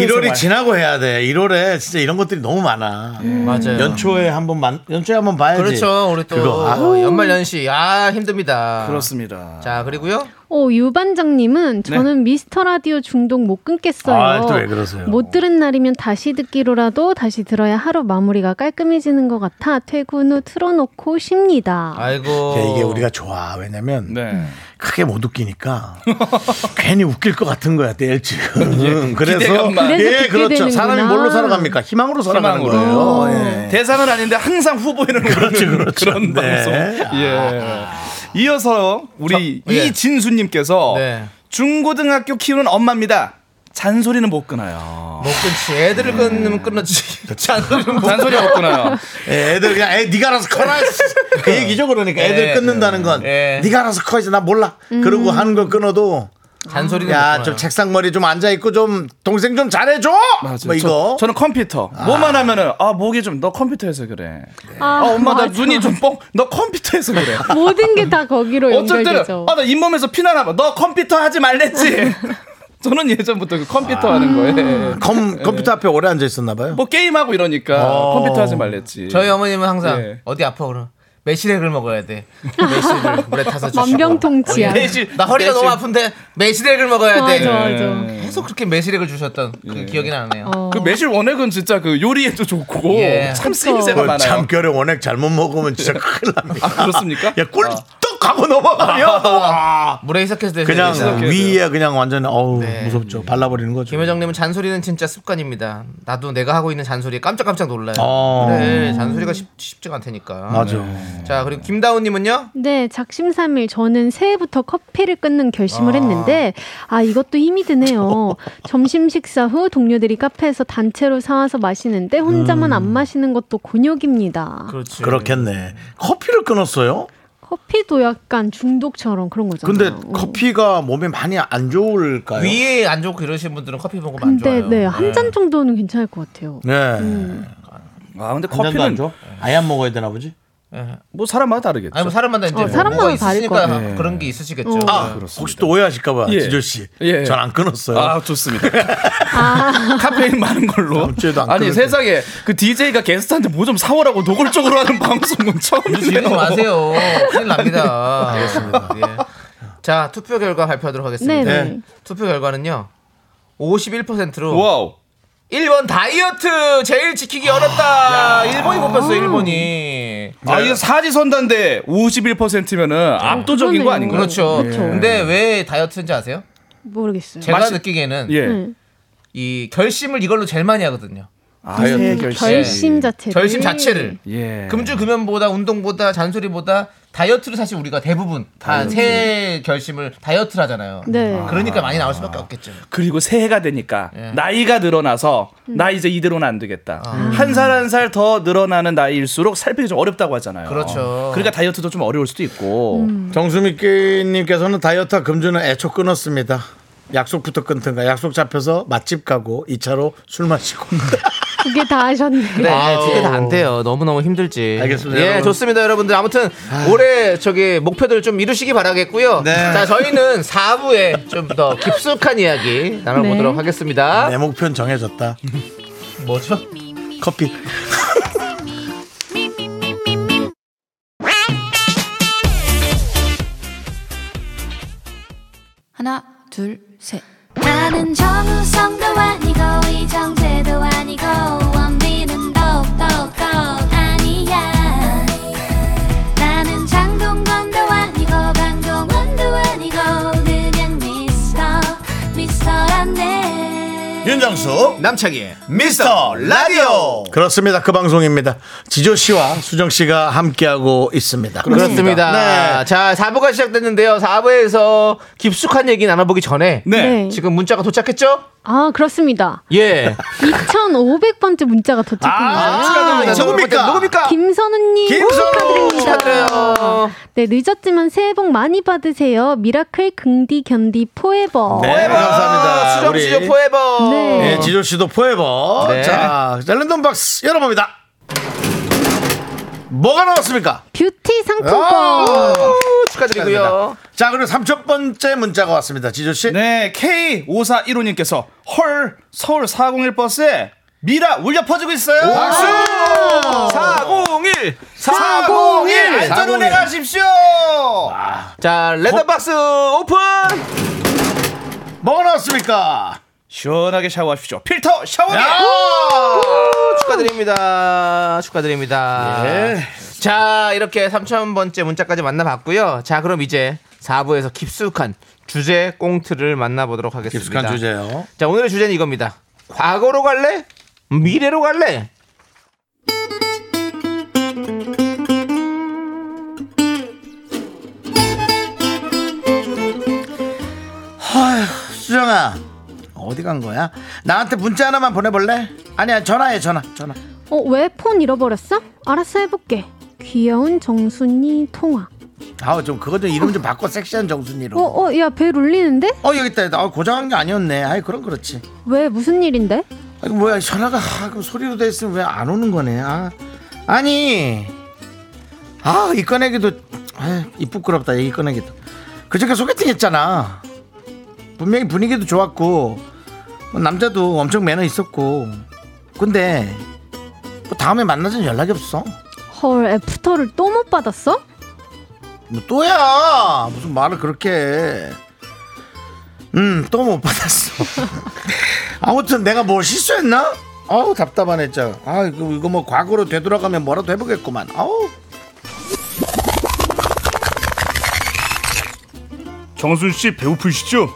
Speaker 1: 1월이 지나고 해야 돼. 1월에 진짜 이런 것들이 너무 많아.
Speaker 2: 맞아요.
Speaker 1: 음. 연초에 한번 만, 연초에 한번 봐야지.
Speaker 2: 음. 그렇죠. 우리 또
Speaker 1: 그거. 아우.
Speaker 2: 연말 연시 아 힘듭니다.
Speaker 4: 그렇습니다.
Speaker 2: 자, 그리고요.
Speaker 5: 오, 어, 유반장님은
Speaker 4: 네.
Speaker 5: 저는 미스터 라디오 중독 못 끊겠어요.
Speaker 1: 아, 또왜 그러세요?
Speaker 5: 못 들은 날이면 다시 듣기로라도 다시 들어야 하루 마무리가 깔끔해지는 것 같아 퇴근 후 틀어놓고 쉽니다.
Speaker 2: 아이고.
Speaker 1: 이게 우리가 좋아. 왜냐면
Speaker 4: 네.
Speaker 1: 크게 못 웃기니까 괜히 웃길 것 같은 거야 내일 지금 그래서
Speaker 4: 기대감만.
Speaker 5: 그래서
Speaker 1: 예
Speaker 5: 듣게
Speaker 1: 그렇죠 사람이
Speaker 5: 되는구나. 어.
Speaker 1: 뭘로 살아갑니까 희망으로 살아가는
Speaker 4: 희망으로.
Speaker 1: 거예요 예.
Speaker 4: 네. 대상은 아닌데 항상 후보에는
Speaker 1: 그렇죠,
Speaker 4: 오르는
Speaker 1: 그렇죠.
Speaker 4: 그런
Speaker 1: 네.
Speaker 4: 방송. 예. 이어서 우리
Speaker 2: 저- 예.
Speaker 4: 이진수님께서
Speaker 2: 네.
Speaker 4: 중고등학교 키우는 엄마입니다. 잔소리는 못 끊어요.
Speaker 2: 못 끊지. 애들을 끊으면 끊었지.
Speaker 1: 그렇죠.
Speaker 2: 잔소리는 못
Speaker 4: 잔소리 못 끊어요.
Speaker 1: 예, 애들 그냥 애 네가 알아서 커라 그 얘기죠 그러니까 애들
Speaker 2: 예.
Speaker 1: 끊는다는 건
Speaker 2: 예.
Speaker 1: 네가 알아서 커 이제 나 몰라 그러고
Speaker 5: 음.
Speaker 1: 하는 걸 끊어도
Speaker 2: 잔소리는
Speaker 1: 야
Speaker 4: 그러니까
Speaker 2: 못 끊어요.
Speaker 1: 좀 책상 머리 좀 앉아 있고 좀 동생 좀 잘해줘
Speaker 4: 맞아요.
Speaker 1: 뭐 이거
Speaker 4: 저, 저는 컴퓨터. 뭐만 하면은 아 목이 좀 너 컴퓨터에서 그래.
Speaker 5: 아,
Speaker 4: 아 엄마 나
Speaker 5: 맞아.
Speaker 4: 눈이 좀 뻥. 너 컴퓨터에서 그래.
Speaker 5: 모든 게 다 거기로
Speaker 4: 어쩔 때는
Speaker 5: 그 연결되죠.
Speaker 4: 아나 잇몸에서 피나나 봐. 너 컴퓨터 하지 말랬지. 저는 예전부터 그 컴퓨터 하는
Speaker 5: 아.
Speaker 4: 거에
Speaker 1: 컴, 컴퓨터 앞에 오래 앉아 있었나 봐요
Speaker 4: 뭐 게임하고 이러니까
Speaker 1: 어.
Speaker 4: 컴퓨터 하지 말랬지.
Speaker 2: 저희 어머님은 항상
Speaker 4: 예.
Speaker 2: 어디 아파 그럼 매실액을 먹어야 돼. 매실을 물에 타서 주시고.
Speaker 5: 만병통치약.
Speaker 4: 매실-
Speaker 2: 나 허리가
Speaker 4: 매실.
Speaker 2: 너무 아픈데 매실액을 먹어야 돼.
Speaker 5: 맞아, 맞아.
Speaker 4: 예.
Speaker 2: 계속 그렇게 매실액을 주셨던 그 기억이 나네요.
Speaker 5: 어.
Speaker 4: 그 매실 원액은 진짜 그 요리에도 좋고
Speaker 2: 예.
Speaker 4: 참
Speaker 5: 그쵸.
Speaker 4: 쓰임새가
Speaker 1: 뭐
Speaker 4: 많아요.
Speaker 1: 참결에 원액 잘못 먹으면 진짜 큰일 납니다
Speaker 4: 아 그렇습니까? 아.
Speaker 1: 야 꿀떡 하고 넘어가면 와.
Speaker 2: 물에 희석해서
Speaker 4: 네,
Speaker 2: 드세요.
Speaker 1: 그냥
Speaker 4: 시작해야
Speaker 1: 위에 그냥 완전 어우
Speaker 2: 네.
Speaker 1: 무섭죠. 발라버리는 거죠.
Speaker 2: 김효정님은 잔소리는 진짜 습관입니다. 나도 내가 하고 있는 잔소리에 깜짝깜짝 놀라요.
Speaker 1: 어.
Speaker 2: 그래 잔소리가 쉽, 쉽지가 않다니까. 네.
Speaker 1: 맞아.
Speaker 2: 자 그리고 김다운님은요.
Speaker 5: 네, 작심삼일 저는 새해부터 커피를 끊는 결심을 했는데 아 이것도 힘이 드네요. 점심 식사 후 동료들이 카페에서 단체로 사와서 마시는데 혼자만 안 마시는 것도 곤욕입니다.
Speaker 2: 음. 그렇지.
Speaker 1: 그렇겠네. 커피를 끊었어요?
Speaker 5: 커피도 약간 중독처럼 그런
Speaker 1: 근데
Speaker 5: 거잖아요. 어.
Speaker 1: 커피가 몸에 많이 안 좋을까요?
Speaker 2: 위에 안 좋고 이러신 분들은 커피 먹으면 안
Speaker 5: 근데
Speaker 2: 좋아요.
Speaker 5: 네한 잔 정도는 괜찮을 것 같아요.
Speaker 1: 네.
Speaker 4: 아 근데
Speaker 1: 한 잔도 안
Speaker 4: 커피는
Speaker 1: 줘? 아예 안 먹어야 되나 보지?
Speaker 4: 뭐 사람마다 다르겠죠.
Speaker 2: 아니 뭐 사람마다 이제
Speaker 5: 어, 사람마다
Speaker 2: 뭐가
Speaker 5: 다를 어.
Speaker 2: 있으니까
Speaker 5: 거예요.
Speaker 2: 그런 게 있으시겠죠.
Speaker 1: 아, 혹시 또 오해하실까봐
Speaker 4: 네, 예.
Speaker 1: 지조 씨.
Speaker 4: 예.
Speaker 1: 전 안 끊었어요.
Speaker 4: 아 좋습니다.
Speaker 5: 아,
Speaker 4: 카페인 많은 걸로.
Speaker 1: 다음 주에도 안
Speaker 4: 아니
Speaker 1: 끊을
Speaker 4: 세상에 그 DJ가 게스트한테 뭐 좀 사오라고 노골적으로 하는 방송은
Speaker 2: 지르지
Speaker 4: 처음이네요.
Speaker 2: 마세요. 큰일 납니다. 알겠습니다. 예. 자 투표 결과 발표하도록 하겠습니다.
Speaker 5: 네,
Speaker 1: 네.
Speaker 5: 네.
Speaker 2: 투표 결과는요. 51%로
Speaker 4: 와우.
Speaker 2: 1번 다이어트 제일 지키기 어렵다. 일본이 뽑혔어 일본이.
Speaker 4: 아 이거 사지선단데 51%면은 압도적인 거
Speaker 5: 네. 그러네요.
Speaker 4: 아닌가요?
Speaker 2: 그렇죠.
Speaker 5: 그렇죠.
Speaker 2: 근데 왜 다이어트인지 아세요?
Speaker 5: 모르겠어요.
Speaker 2: 제가
Speaker 4: 맛이-
Speaker 2: 느끼기에는
Speaker 4: 예.
Speaker 5: 네.
Speaker 2: 이 네, 결심을 이걸로 제일 많이 하거든요.
Speaker 4: 아예 결심.
Speaker 5: 음, 결심 자체를.
Speaker 2: 결심 자체를
Speaker 4: 예.
Speaker 2: 금주 금연보다 운동보다 잔소리보다 다이어트를 사실 우리가 대부분 다 새 결심을 다이어트를 하잖아요.
Speaker 5: 네.
Speaker 2: 그러니까 많이 나올 수밖에 없겠죠.
Speaker 4: 그리고 새해가 되니까 나이가 늘어나서 나 이제 이대로는 안 되겠다. 한 살 한 살 더 늘어나는 나이일수록 살빼기 좀 어렵다고 하잖아요.
Speaker 2: 그렇죠.
Speaker 4: 그러니까 다이어트도 좀 어려울 수도 있고.
Speaker 1: 정수미 끼님께서는 다이어트 금주는 애초 끊었습니다. 약속부터 끊든가 약속 잡혀서 맛집 가고 2차로 술 마시고
Speaker 5: 그게 다 하셨네.
Speaker 2: 네, 그게 다 안 돼요. 너무너무 힘들지.
Speaker 1: 아, 알겠습니다,
Speaker 2: 예,
Speaker 1: 여러분.
Speaker 2: 좋습니다, 여러분들. 아무튼 올해 저기 목표들 좀 이루시기 바라겠고요.
Speaker 1: 네.
Speaker 2: 자, 저희는 4부에 좀 더 깊숙한 이야기 나눠보도록
Speaker 5: 네.
Speaker 2: 하겠습니다.
Speaker 1: 내 목표는 정해졌다.
Speaker 2: 뭐죠?
Speaker 1: 커피.
Speaker 3: 나는 정우성도 아니고 이정재도 아니고 원빈은 더욱더 아니야 나는 장동건도 아니고 방종원도 아니고 그냥 미스터 미스터란데
Speaker 1: 윤정수
Speaker 2: 남창희의
Speaker 1: 미스터 라디오. 그렇습니다. 그 방송입니다. 지조 씨와 수정 씨가 함께하고 있습니다.
Speaker 2: 그렇습니다.
Speaker 1: 네.
Speaker 2: 자, 4부가 시작됐는데요. 4부에서 깊숙한 얘기 나눠보기 전에
Speaker 5: 네.
Speaker 2: 지금 문자가 도착했죠?
Speaker 5: 아 그렇습니다.
Speaker 2: 예.
Speaker 5: 2,500번째 문자가 도착합니다.
Speaker 2: 아,
Speaker 1: 누굽니까?
Speaker 2: 누굽니까?
Speaker 5: 김선우님
Speaker 1: 김선우!
Speaker 5: 축하드립니다.
Speaker 2: 축하드려요.
Speaker 5: 네 늦었지만 새해 복 많이 받으세요. 미라클 긍디 견디 포에버.
Speaker 1: 네, 감사합니다.
Speaker 2: 수정
Speaker 1: 우리
Speaker 2: 씨죠 포에버.
Speaker 5: 네.
Speaker 1: 예, 지조 씨도 포에버.
Speaker 2: 네.
Speaker 1: 자, 자, 랜덤 박스 열어봅니다. 뭐가 나왔습니까?
Speaker 5: 뷰티 상품권.
Speaker 1: 오!
Speaker 2: 오, 축하드리고요.
Speaker 1: 자, 그리고 삼천 번째 문자가 왔습니다. 지조 씨.
Speaker 4: 네, K5415님께서 헐 서울 401 버스에 미라 울려 퍼지고 있어요.
Speaker 1: 박수!
Speaker 4: 401
Speaker 1: 401.
Speaker 4: 401 안전운행 하십시오.
Speaker 2: 아, 자, 랜덤박스 오픈!
Speaker 1: 뭐가 나왔습니까?
Speaker 4: 시원하게 샤워하십시오. 필터 샤워기.
Speaker 2: 오, 축하드립니다. 축하드립니다.
Speaker 1: 예.
Speaker 2: 자, 이렇게 3000번째 문자까지 만나봤고요. 자, 그럼 이제 4부에서 깊숙한 주제 꽁트를 만나보도록 하겠습니다.
Speaker 1: 깊숙한 주제요.
Speaker 2: 자, 오늘의 주제는 이겁니다. 과거로 갈래? 미래로 갈래?
Speaker 1: 수정아, 어디 간 거야? 나한테 문자 하나만 보내볼래? 아니야, 전화해, 전화, 전화.
Speaker 5: 어왜 폰 잃어버렸어? 알았어 해볼게. 귀여운 정순이 통화.
Speaker 1: 아우 좀 그거 좀 이름 좀 바꿔 섹시한 정순이로. 어,
Speaker 5: 어어야배 울리는데?
Speaker 1: 여기 있다. 아 고장한 게 아니었네. 아이 그럼 그렇지.
Speaker 5: 왜 무슨 일인데?
Speaker 1: 아, 이거 뭐야 전화가 아, 그럼 소리로 돼 있으면 왜 안 오는 거네. 아 아니 아이 꺼내기도 아이 부끄럽다. 얘기 꺼내기도. 그저께 소개팅 했잖아. 분명히 분위기도 좋았고 뭐 남자도 엄청 매너 있었고 근데 뭐 다음에 만나자는 연락이 없어.
Speaker 5: 헐 애프터를 또 못 받았어?
Speaker 1: 뭐 또야 무슨 말을 그렇게 해. 음, 또 못 받았어. 아무튼 내가 뭘 실수했나? 아우 답답하네 진짜. 아 이거, 이거 뭐 과거로 되돌아가면 뭐라도 해보겠구만. 아우
Speaker 6: 정순 씨 배고프시죠?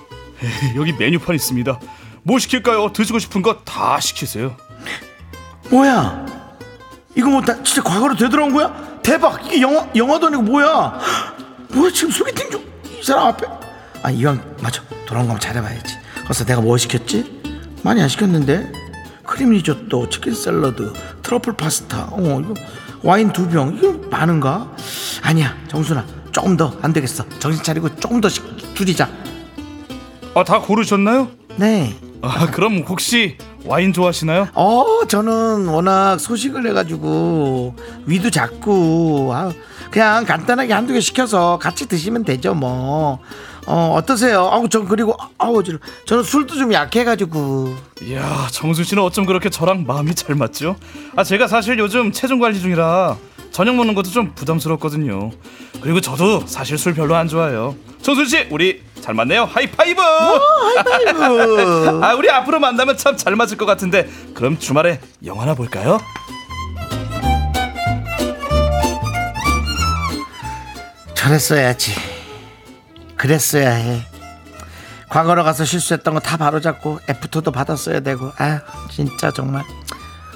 Speaker 6: 여기 메뉴판 있습니다. 뭐 시킬까요? 드시고 싶은 거 다 시키세요.
Speaker 1: 뭐야? 이거 뭐 다 진짜 과거로 되돌아온 거야? 대박! 이게 영화 영화도 아니고 뭐야? 뭐야 지금 소개팅 중 이 사람 앞에? 아 이왕 맞아 돌아온 거면 잘해봐야지. 그래서 내가 뭐 시켰지? 많이 안 시켰는데 크림 리조또, 치킨 샐러드, 트러플 파스타, 어 이거 와인 두 병 이거 많은가? 아니야 정순아 조금 더 안 되겠어. 정신 차리고 조금 더 시, 줄이자.
Speaker 6: 아 다 고르셨나요?
Speaker 1: 네.
Speaker 6: 아 그럼 혹시 와인 좋아하시나요?
Speaker 1: 어, 저는 워낙 소식을 해가지고 위도 작고 아, 그냥 간단하게 한두 개 시켜서 같이 드시면 되죠 뭐. 어 어떠세요? 아우 전 그리고 아우 저 저는 술도 좀 약해가지고
Speaker 6: 이야 정순 씨는 어쩜 그렇게 저랑 마음이 잘 맞죠? 아 제가 사실 요즘 체중 관리 중이라 저녁 먹는 것도 좀 부담스럽거든요. 그리고 저도 사실 술 별로 안 좋아해요. 정순 씨 우리 잘 맞네요. 하이파이브!
Speaker 1: 아이고.
Speaker 6: 아 우리 앞으로 만나면 참 잘 맞을 것 같은데 그럼 주말에 영화나 볼까요?
Speaker 1: 잘했어야지. 그랬어야 해. 과거로 가서 실수했던 거 다 바로잡고 애프터도 받았어야 되고 아 진짜 정말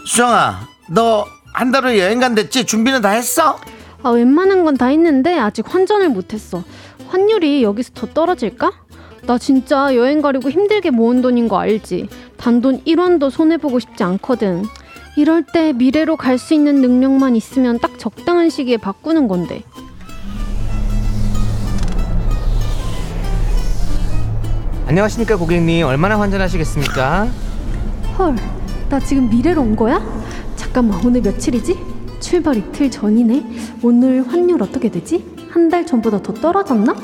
Speaker 1: 수정아, 너 한 달 후에 여행 간댔지? 준비는 다 했어?
Speaker 5: 아, 웬만한 건 다 했는데 아직 환전을 못했어. 환율이 여기서 더 떨어질까? 나 진짜 여행 가려고 힘들게 모은 돈인 거 알지? 단돈 1원도 손해보고 싶지 않거든. 이럴 때 미래로 갈 수 있는 능력만 있으면 딱 적당한 시기에 바꾸는 건데.
Speaker 2: 안녕하십니까 고객님 얼마나 환전하시겠습니까?
Speaker 5: 헐, 나 지금 미래로 온 거야? 잠깐만, 오늘 며칠이지? 출발 이틀 전이네. 오늘 환율 어떻게 되지? 한 달 전보다 더 떨어졌나?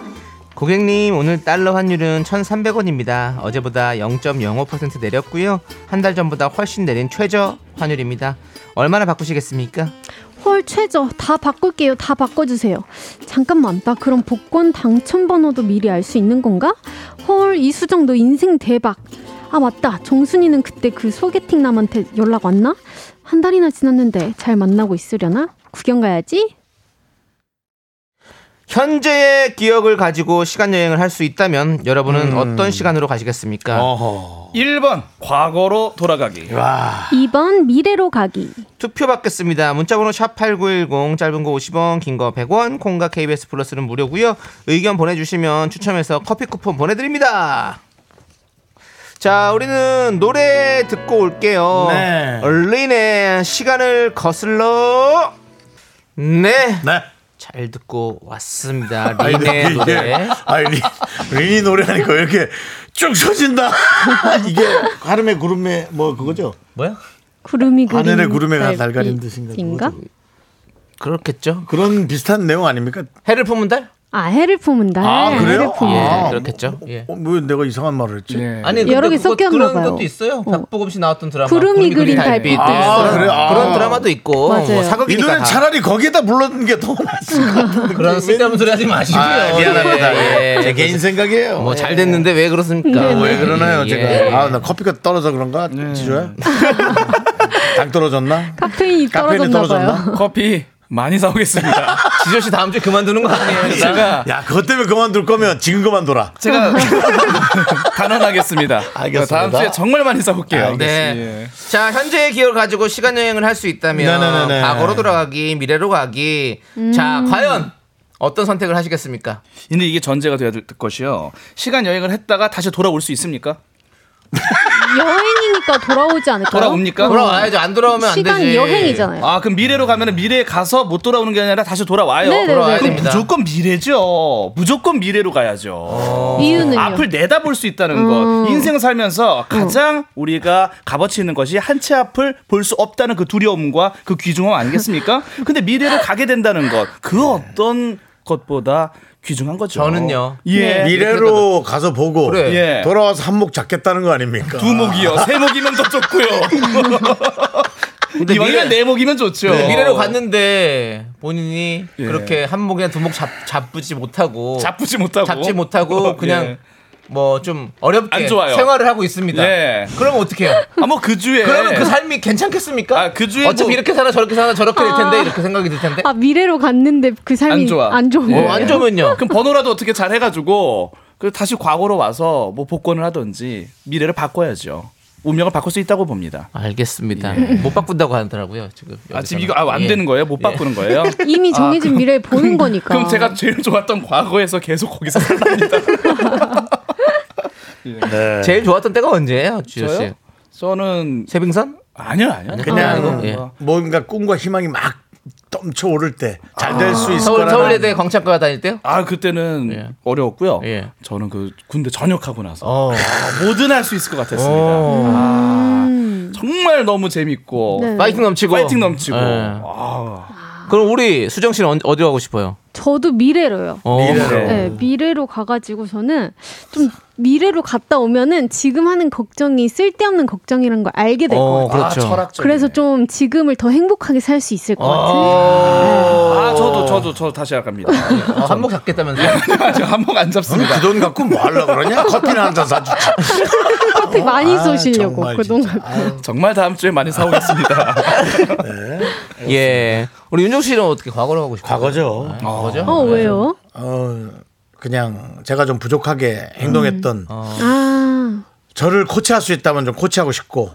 Speaker 2: 고객님 오늘 달러 환율은 1,300원입니다. 어제보다 0.05% 내렸고요. 한 달 전보다 훨씬 내린 최저 환율입니다. 얼마나 바꾸시겠습니까?
Speaker 5: 헐 최저 다 바꿀게요 다 바꿔주세요 잠깐만 나 그럼 복권 당첨 번호도 미리 알 수 있는 건가? 헐 이수정 너 인생 대박 아 맞다 정순이는 그때 그 소개팅 남한테 연락 왔나? 한 달이나 지났는데 잘 만나고 있으려나? 구경 가야지
Speaker 2: 현재의 기억을 가지고 시간 여행을 할 수 있다면 여러분은 어떤 시간으로 가시겠습니까?
Speaker 1: 어허.
Speaker 4: 1번 과거로 돌아가기.
Speaker 1: 와.
Speaker 5: 2번 미래로 가기
Speaker 2: 투표 받겠습니다. 문자번호 샵 #8910 짧은 거 50원, 긴 거 100원, 콩과 KBS 플러스는 무료고요. 의견 보내주시면 추첨해서 커피 쿠폰 보내드립니다. 자, 우리는 노래 듣고 올게요.
Speaker 1: 네.
Speaker 2: 얼린의 시간을 거슬러. 네,
Speaker 1: 네.
Speaker 2: 잘 듣고 왔습니다. 린의 노래.
Speaker 1: 아, 리, 린이 노래하니까 왜 이렇게 쭉 서진다. 이게 가름에 구름에 뭐 그거죠?
Speaker 2: 뭐야?
Speaker 5: 구름이 그린
Speaker 1: 하늘의 구름에 가-
Speaker 5: 달빛
Speaker 1: 달가린 뜻인가?
Speaker 5: 인가?
Speaker 2: 그렇겠죠.
Speaker 1: 그런 비슷한 내용 아닙니까?
Speaker 2: 해를 품은 달?
Speaker 5: 아 해를 품은 달
Speaker 1: 아, 그래요?
Speaker 5: 해를 품은 달.
Speaker 1: 아,
Speaker 2: 예, 그렇겠죠. 예.
Speaker 1: 어, 왜 내가 이상한 말을 했지?
Speaker 2: 아니
Speaker 5: 여러
Speaker 2: 근데
Speaker 5: 개
Speaker 2: 그거-
Speaker 5: 섞였나
Speaker 2: 그런
Speaker 5: 봐요.
Speaker 2: 것도 있어요.
Speaker 5: 어.
Speaker 2: 박보검 씨 나왔던 드라마
Speaker 5: 구름이 그린 달빛. 어,
Speaker 2: 도
Speaker 1: 아,
Speaker 2: 있어요.
Speaker 1: 그래요? 아.
Speaker 2: 네. 그런 드라마도 있고
Speaker 5: 맞아요.
Speaker 2: 뭐
Speaker 1: 이
Speaker 2: 사극이니까
Speaker 1: 노래는
Speaker 2: 다.
Speaker 1: 차라리 거기에다 불렀는 게 더 낫을 것 같은데.
Speaker 2: 그런 쓸데없는 소리 하지 마시고요. 예.
Speaker 1: 아, 미안합니다. 예, 제 개인 생각이에요. 뭐
Speaker 2: 뭐 잘 됐는데 왜 그렇습니까?
Speaker 5: 네, 네.
Speaker 1: 왜 그러나요,
Speaker 2: 예.
Speaker 1: 제가? 아, 나 커피가 떨어져 그런가? 지조야? 당 떨어졌나?
Speaker 5: 카페인이
Speaker 1: 카페인이
Speaker 5: 떨어졌나 봐요
Speaker 4: 커피 많이 사오겠습니다.
Speaker 2: 아, 지조 씨 다음 주에 그만두는 거 아니에요?
Speaker 4: 제가
Speaker 1: 야, 그것 때문에 그만둘 거면 지금 그만둬라.
Speaker 5: 어.
Speaker 4: 제가 단언하겠습니다. 그러니까
Speaker 1: 알겠습니다.
Speaker 4: 다음
Speaker 1: 예.
Speaker 4: 주에 정말 많이 사올게요.
Speaker 2: 네. 자, 현재의 기억을 가지고 시간 여행을 할 수 있다면
Speaker 1: 네네네네.
Speaker 2: 과거로 돌아가기, 미래로 가기.
Speaker 5: 음.
Speaker 2: 자, 과연 어떤 선택을 하시겠습니까?
Speaker 4: 근데 이게 전제가 돼야 될 것이요. 시간 여행을 했다가 다시 돌아올 수 있습니까?
Speaker 5: 여행이니까 돌아오지 않을까요?
Speaker 4: 돌아옵니까?
Speaker 5: 어.
Speaker 2: 돌아와야죠. 안 돌아오면 안 되지.
Speaker 5: 시간 여행이잖아요.
Speaker 4: 아 그럼 미래로 가면 미래에 가서 못 돌아오는 게 아니라 다시 돌아와요.
Speaker 5: 네네네.
Speaker 2: 돌아와야
Speaker 4: 그럼
Speaker 2: 됩니다.
Speaker 4: 무조건 미래죠. 무조건 미래로 가야죠.
Speaker 2: 네.
Speaker 5: 이유는요?
Speaker 4: 앞을 내다볼 수 있다는
Speaker 2: 음.
Speaker 5: 어.
Speaker 4: 것. 인생 살면서 가장 우리가 값어치 있는 것이 한 채 앞을 볼 수 없다는 그 두려움과 그 귀중함 아니겠습니까? 근데 미래로 가게 된다는 것.
Speaker 2: 네.
Speaker 4: 그 어떤 것보다 귀중한 거죠.
Speaker 2: 저는요.
Speaker 4: 예.
Speaker 1: 미래로 가서 보고
Speaker 2: 그래.
Speaker 4: 예.
Speaker 1: 돌아와서 한몫 잡겠다는 거 아닙니까?
Speaker 4: 두 목이요. 세 목이면 더 좋고요.
Speaker 2: 근데
Speaker 4: 이왕이면
Speaker 2: 미래-
Speaker 4: 네 목이면 좋죠.
Speaker 2: 네, 미래로 갔는데 본인이 그렇게 한 목이나 두 목 잡지 못하고
Speaker 4: 예. 잡지 못하고 예.
Speaker 2: 잡지 못하고 그냥 뭐 좀 어렵게
Speaker 4: 안 좋아요.
Speaker 2: 생활을 하고 있습니다.
Speaker 4: 예.
Speaker 2: 그럼 어떻게 해요?
Speaker 4: 아뭐 그 주에
Speaker 2: 그러면 그 삶이 괜찮겠습니까?
Speaker 4: 아, 그 주에
Speaker 2: 어차피
Speaker 4: 뭐-
Speaker 2: 이렇게 사나 저렇게 사나 저렇게 될 텐데 이렇게 생각이 들 텐데
Speaker 5: 아 미래로 갔는데 그 삶이
Speaker 4: 안 좋아.
Speaker 5: 안 좋은
Speaker 2: 어,
Speaker 5: 거예요.
Speaker 2: 안 좋으면요.
Speaker 4: 그럼 번호라도 어떻게 잘 해가지고 그 다시 과거로 와서 뭐 복권을 하든지 미래를 바꿔야죠. 운명을 바꿀 수 있다고 봅니다.
Speaker 2: 알겠습니다. 못 바꾼다고 하더라고요 지금.
Speaker 4: 예. 아 지금 이거 아, 안 되는 거예요? 못 바꾸는 거예요?
Speaker 5: 이미 정해진 미래를 보는 거니까.
Speaker 4: 그럼 제가 제일 좋았던 과거에서 계속 거기서 살랍니다.
Speaker 1: 네.
Speaker 2: 제일 좋았던 때가 언제예요, 주효 씨?
Speaker 4: 저요? 저는
Speaker 2: 세빙선?
Speaker 4: 아니요 아니요.
Speaker 1: 그냥
Speaker 4: 뭐
Speaker 2: 아니고, 예.
Speaker 1: 뭔가 꿈과 희망이 막 넘쳐오를 때 잘 될 수 있을
Speaker 2: 서울
Speaker 1: 거라는
Speaker 2: 서울예대 광창과 다닐 때요?
Speaker 4: 아 그때는
Speaker 2: 예.
Speaker 4: 어려웠고요.
Speaker 2: 예.
Speaker 4: 저는 그 군대 전역하고 나서
Speaker 2: 어.
Speaker 4: 아, 뭐든 할 수 있을 것 같았습니다.
Speaker 2: 어.
Speaker 4: 정말 너무 재밌고
Speaker 5: 음. 네.
Speaker 2: 파이팅 넘치고.
Speaker 4: 파이팅 넘치고
Speaker 2: 예.
Speaker 4: 아,
Speaker 2: 그럼 우리 수정 씨는 언- 어디로 가고 싶어요?
Speaker 5: 저도 미래로요.
Speaker 2: 어.
Speaker 1: 미래로.
Speaker 5: 네, 미래로 가가지고 저는 좀 미래로 갔다 오면은 지금 하는 걱정이 쓸데없는 걱정이라는 걸 알게 될
Speaker 2: 어,
Speaker 1: 아,
Speaker 5: 거예요.
Speaker 2: 그렇죠.
Speaker 5: 그래서 좀 지금을 더 행복하게 살 수 있을 것 같은.
Speaker 4: 아, 저도 저도 저 다시 나갑니다.
Speaker 2: 어, 한몫 잡겠다면서.
Speaker 4: 아직 한번 안 잡습니다.
Speaker 1: 그돈 갖고 뭐 하려고 그러냐? 아, 커피나 한잔 사주지.
Speaker 5: 커피 많이
Speaker 1: 아,
Speaker 5: 쏘시려고
Speaker 1: 정말
Speaker 5: 그동안.
Speaker 4: 정말 다음 주에 많이 사오겠습니다.
Speaker 2: 예. 우리 윤정 씨는 어떻게 과거로 가고 싶어요?
Speaker 1: 과거죠.
Speaker 2: 과거죠?
Speaker 5: 어 왜요?
Speaker 1: 음. 어, 그냥 제가 좀 부족하게 행동했던
Speaker 5: 아
Speaker 1: 저를 코치할 수 있다면 좀 코치하고 싶고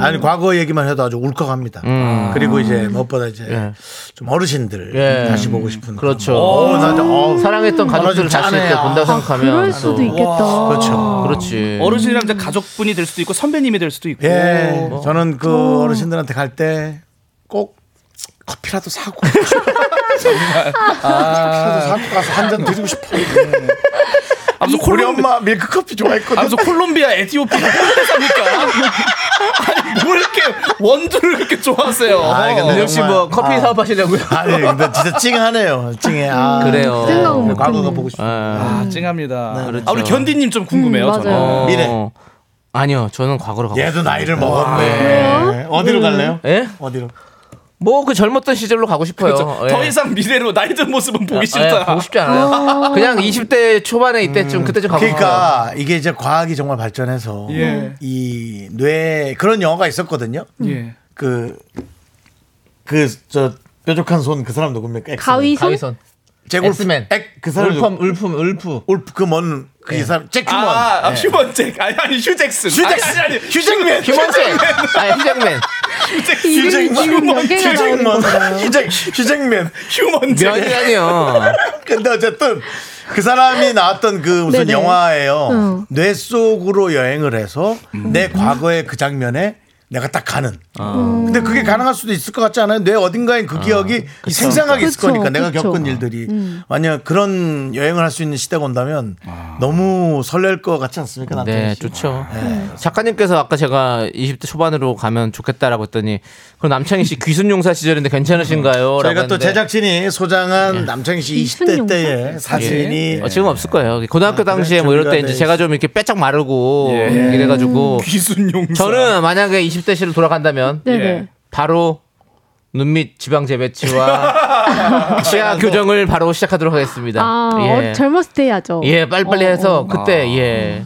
Speaker 1: 아니 과거 얘기만 해도 아주 울컥합니다. 그리고 이제 무엇보다 이제 좀 어르신들
Speaker 2: 예.
Speaker 1: 다시 보고 싶은
Speaker 2: 그렇죠.
Speaker 1: 오, 나, 이제, 어,
Speaker 2: 사랑했던
Speaker 1: 좀
Speaker 2: 가족들을 다시
Speaker 1: 짠해.
Speaker 2: 이렇게 본다
Speaker 1: 아,
Speaker 2: 생각하면
Speaker 5: 그럴
Speaker 2: 또-
Speaker 5: 수도 있겠다.
Speaker 1: 그렇죠.
Speaker 2: 그렇지.
Speaker 4: 어르신이랑 이제 가족분이 될 수도 있고 선배님이 될 수도 있고
Speaker 1: 예,
Speaker 2: 뭐.
Speaker 1: 저는 그 어르신들한테 갈 때 꼭 커피라도 사고 정말. 커피라도 사고 가서 한 잔 드리고 싶어요. 예.
Speaker 4: 아무튼
Speaker 1: 우리
Speaker 4: 콜롬-
Speaker 1: 엄마 밀크커피 좋아했거든.
Speaker 4: 아무튼 콜롬비아, 에티오피아 혼자사니까 아니 뭘 이렇게 원두를 그렇게 좋아하세요?
Speaker 1: 아이, 근데
Speaker 2: 역시
Speaker 1: 정말.
Speaker 2: 뭐 커피
Speaker 1: 아.
Speaker 2: 사업하시려고요.
Speaker 1: 아니 근데 진짜 찡하네요. 찡해. 아,
Speaker 2: 그래요.
Speaker 5: 생각은 못
Speaker 1: 과거가
Speaker 5: 했네.
Speaker 1: 보고 싶어.
Speaker 2: 아,
Speaker 4: 아, 찡합니다.
Speaker 2: 그렇죠.
Speaker 4: 아, 우리 견디님 좀 궁금해요.
Speaker 5: 음,
Speaker 4: 저는.
Speaker 5: 맞아요.
Speaker 2: 어.
Speaker 1: 미래. 예.
Speaker 2: 아니요, 저는 과거로 가고.
Speaker 1: 얘도 나이를
Speaker 2: 네.
Speaker 1: 먹었네. 어디로 갈래요?
Speaker 2: 예?
Speaker 1: 어디로?
Speaker 2: 뭐 그 젊었던 시절로 가고 싶어요.
Speaker 4: 그렇죠.
Speaker 2: 예.
Speaker 4: 더 이상 미래로 나이든 모습은 보기
Speaker 2: 예,
Speaker 4: 싫다.
Speaker 2: 보고 싶지 않아요. 그냥 20대 초반에 이때쯤 그때쯤 가고 싶어요.
Speaker 1: 그러니까 이게 이제 과학이 정말 발전해서
Speaker 4: 예.
Speaker 1: 이 뇌 그런 영화가 있었거든요.
Speaker 4: 예.
Speaker 1: 그 그 저 뾰족한 손 그 사람 누굽니까?
Speaker 5: 가위손?
Speaker 2: 가위선.
Speaker 1: 제골프 예.
Speaker 2: 엑스맨.
Speaker 1: 그 사람
Speaker 2: 울품 울품 울프.
Speaker 1: 울프 그먼그 사람 잭 휴먼.
Speaker 4: 아, 아 휴먼잭 아니 아니 휴잭슨.
Speaker 1: 휴잭슨.
Speaker 4: 아니 아니, 아니
Speaker 1: 휴잭맨.
Speaker 2: 휴먼잭. 아, 휴잭맨.
Speaker 5: 이름이 지금 몇 개가 나오는
Speaker 1: 휴잭먼.
Speaker 5: 건가요?
Speaker 1: 휴잭 휴잭맨.
Speaker 4: 휴먼잭.
Speaker 2: 면이라니요.
Speaker 1: 근데 어쨌든 그 사람이 나왔던 그 무슨
Speaker 5: 네네. 어.
Speaker 1: 영화예요.
Speaker 5: 응.
Speaker 1: 뇌 속으로 여행을 해서
Speaker 2: 음.
Speaker 1: 내 과거의 그 장면에 내가 딱 가는.
Speaker 2: 아.
Speaker 1: 근데 그게 가능할 수도 있을 것 같지 않아요? 뇌 어딘가에 그 기억이 생생하게 있을
Speaker 5: 그쵸,
Speaker 1: 거니까 내가
Speaker 5: 그쵸. 음.
Speaker 1: 겪은 일들이 만약 그런 여행을 할 수 있는 시대가 온다면 너무 설렐 것 같지 않습니까? 남편이
Speaker 2: 아. 네,
Speaker 1: 씨?
Speaker 2: 좋죠. 작가님께서 아까 제가 20대 초반으로 가면 좋겠다라고 했더니 그럼 남창희 씨 귀순용사 시절인데 괜찮으신가요?
Speaker 1: 저희가
Speaker 2: 라고
Speaker 1: 또
Speaker 2: 했는데
Speaker 1: 제작진이 소장한 남창희 씨 20대
Speaker 5: 이순용
Speaker 1: 때의 사진이 아,
Speaker 2: 어, 지금 없을 거예요. 고등학교 당시에 예. 음, 뭐 이럴 때
Speaker 1: 준비가
Speaker 2: 이제
Speaker 1: 돼
Speaker 2: 제가 좀 이렇게 빼짝 마르고 이래가지고
Speaker 4: 기순용사.
Speaker 2: 저는 만약에 20대 시로 돌아간다면
Speaker 5: 네네.
Speaker 2: 바로 눈밑 지방 재배치와 치아 교정을 바로 시작하도록 하겠습니다.
Speaker 5: 아,
Speaker 2: 예.
Speaker 5: 어, 젊었을 때 해야죠. 네.
Speaker 2: 예,
Speaker 4: 어,
Speaker 2: 빨리빨리 해서
Speaker 4: 아.
Speaker 2: 그때 예